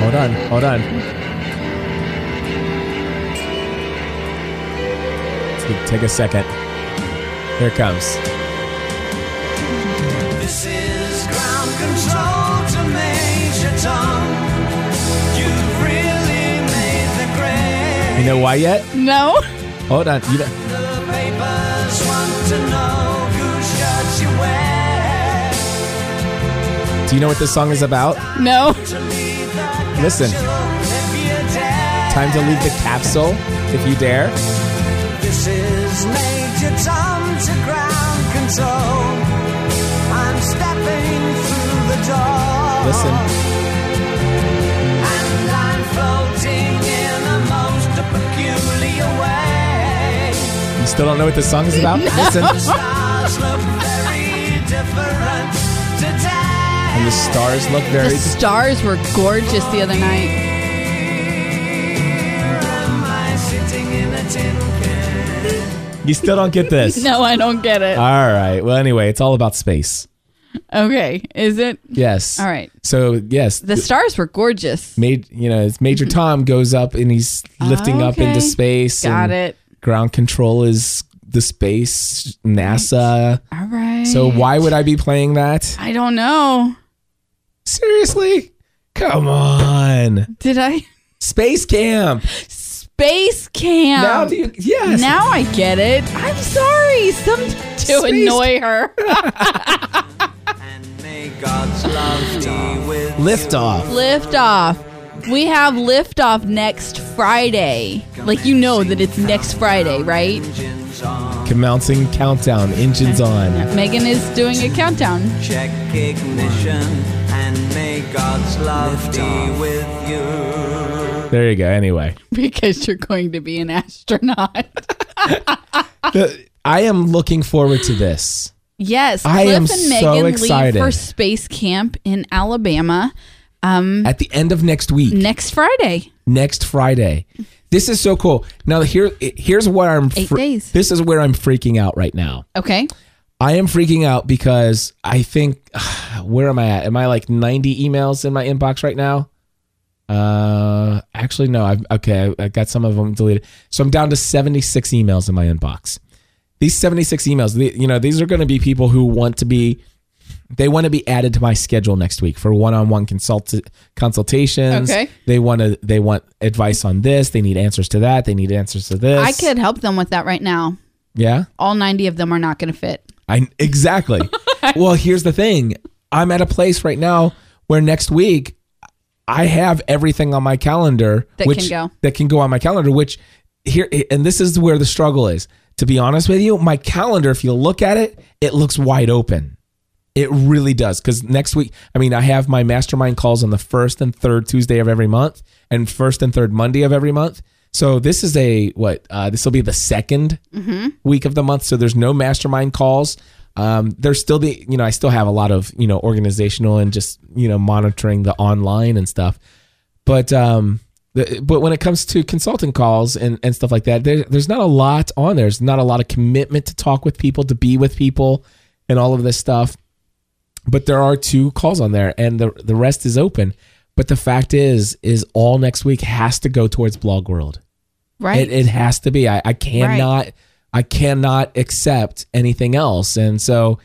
Hold on, hold on. Take, take a second. Here it comes.
This is ground control to Major Tom. You've really made the grade.
You know why yet?
No.
Hold on. You don't-
The papers want to know whose shirt you wear.
do you know what this song is about?
No.
To leave the
Listen.
capsule if you dare.
Time to leave the capsule if you dare.
This is Major Tom to ground control. I'm stepping through the door.
Listen.
And I'm floating in a most peculiar way.
You still don't know what this song is
<laughs>
about? Listen.
The stars look very different today.
And the stars look very.
The stars were gorgeous the other night.
Am I sitting in a tin can?
You still don't get this.
<laughs> No, I don't get it.
All right. Well, anyway, it's all about space.
Okay, is it?
Yes.
All right.
So yes,
The stars were gorgeous.
made you know it's Major Tom goes up and he's lifting up
Mm-hmm. Okay.
into space.
Got
and
it.
Ground control is the space NASA.
All right.
So why would I be playing that?
I don't know.
Seriously? Come on,
Did I? <laughs>
space camp.
Space camp.
now do you? Yes.
Um, Now I get it. I'm sorry. Some <laughs> to annoy
<laughs>
her.
And may God's love be with
lift off.
lift off. We have lift off next Friday. Like you know that it's next Friday, right?
engines on.
Commencing countdown. Engines on.
Megan is doing a countdown. <laughs>
Check ignition and may God's love be with you.
There you go. Anyway,
because you're going to be an astronaut. <laughs>
The- I am looking forward to this.
Yes,
I
Cliff
am
and
so
Megan
excited.
leave for space camp in Alabama Mm-hmm.
At the end of next week,
next Friday.
next Friday. This is so cool. Now here here's where I'm
Eight days.
This is where I'm freaking out right now.
Okay.
I am freaking out because I think <sighs> where am I at? Am I like 90 emails in my inbox right now? Uh, actually no. I've okay. I, I got some of them deleted, so I'm down to 76 emails in my inbox. These 76 emails, the, you know, these are going to be people who want to be. They want to be added to my schedule next week for one-on-one consult consultations.
Okay.
They want to. They want advice on this. They need answers to that. They need answers to this.
I could help them with that right now.
Yeah.
All 90 of them are not going to fit.
I
<laughs>
exactly. well, here's the thing. I'm at a place right now where next week I have everything on my calendar
That
which,
can go.
that can go on my calendar. Which here and this is where the struggle is. To be honest with you, my calendar, if you look at it, it looks wide open. It really does. Because next week, I mean, I have my mastermind calls on the first and third Tuesday of every month, and first and third Monday of every month. So this is a what? Uh, this will be the 2nd
Mm-hmm.
week of the month. So there's no mastermind calls. Um, there's still the you know I still have a lot of you know organizational and just you know monitoring the online and stuff. But um, the, but when it comes to consulting calls and, and stuff like that, there, there's not a lot on there. There's not a lot of commitment to talk with people, to be with people, and all of this stuff but there are two calls on there and the the rest is open but the fact is is all next week has to go towards blog world
Right.
it, it has to be i, I cannot i cannot accept anything else and so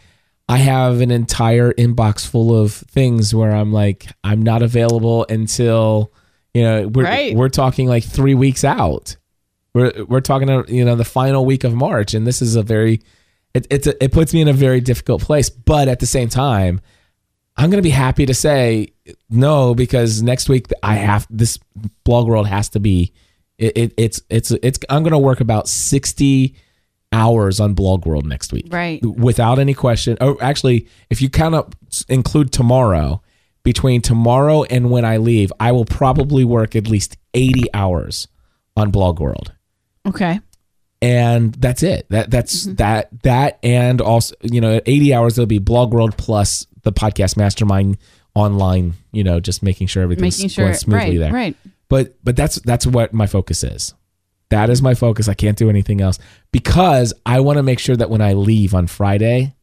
i have an entire inbox full of things where i'm like i'm not available until you know we're,
Right.
we're talking like three weeks out we're, we're talking uh, you know the final week of march and this is a very it, it's a, it puts me in a very difficult place but at the same time i'm going to be happy to say no because next week i have this blog world has to be it, it, it's it's it's i'm going to work about 60 hours on blog world next week
Right.
without any question oh actually if you count up include tomorrow between tomorrow and when i leave i will probably work at least 80 hours on blog world
okay.
and that's it. That that's
Mm-hmm.
that that and also you know eighty hours there'll be Blog World plus the podcast mastermind online. You know, just making sure everything's
Making sure.
going smoothly
Right.
there.
Right.
But but that's that's what my focus is. That is my focus. I can't do anything else because I want to make sure that when I leave on Friday,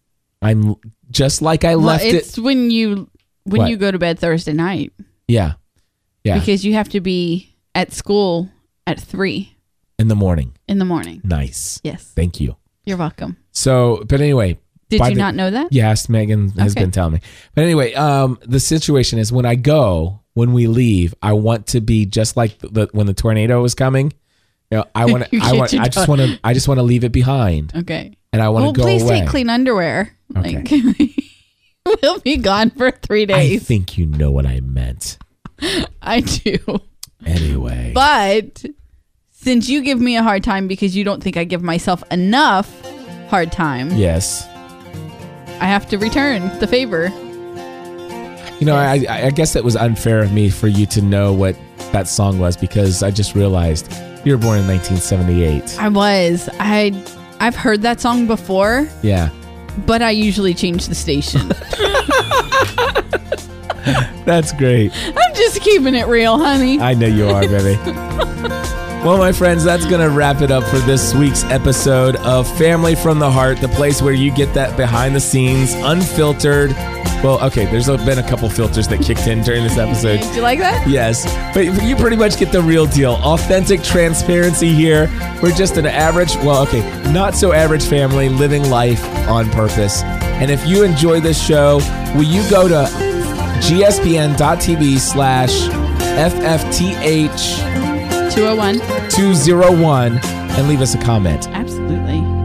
I'm just like I
Well,
left it.
it's when you when
What?
you go to bed Thursday night
Yeah, yeah.
because you have to be at school at 3
In the morning.
in the morning.
Nice.
Yes.
Thank you.
You're welcome.
So, but anyway,
Did
by
you
the-
not know that?
Yes, Megan has
Okay.
been telling me. But anyway, um, the situation is when I go, when we leave, I want to be just like the, the when the tornado was coming. You know,
<laughs>
I want
You
I want
get your
I just want to I just want to leave it behind,
Okay.
and I want to
Well,
go
please
away.
take clean underwear.
Okay.
Like <laughs> we'll be gone for 3
I
days.
think you know what I meant.
I do.
Anyway,
But since you give me a hard time because you don't think I give myself enough hard time,
yes,
I have to return the favor.
you know I I I guess it was unfair of me for you to know what that song was because I just realized you were born in 1978.
I was. I I've heard that song before,
Yeah,
but I usually change the station.
that's great.
I'm just keeping it real, honey.
I know you are, baby. well, my friends, that's going to wrap it up for this week's episode of Family from the Heart, the place where you get that behind the scenes, unfiltered. Well, okay, there's been a couple filters that kicked in during this episode.
Did you like that?
Yes, but you pretty much get the real deal. Authentic transparency here. We're just an average, well, okay, not so average family living life on purpose. And if you enjoy this show, will you go to gspn.tv slash FFTH
201.
201 and leave us a comment?
Absolutely.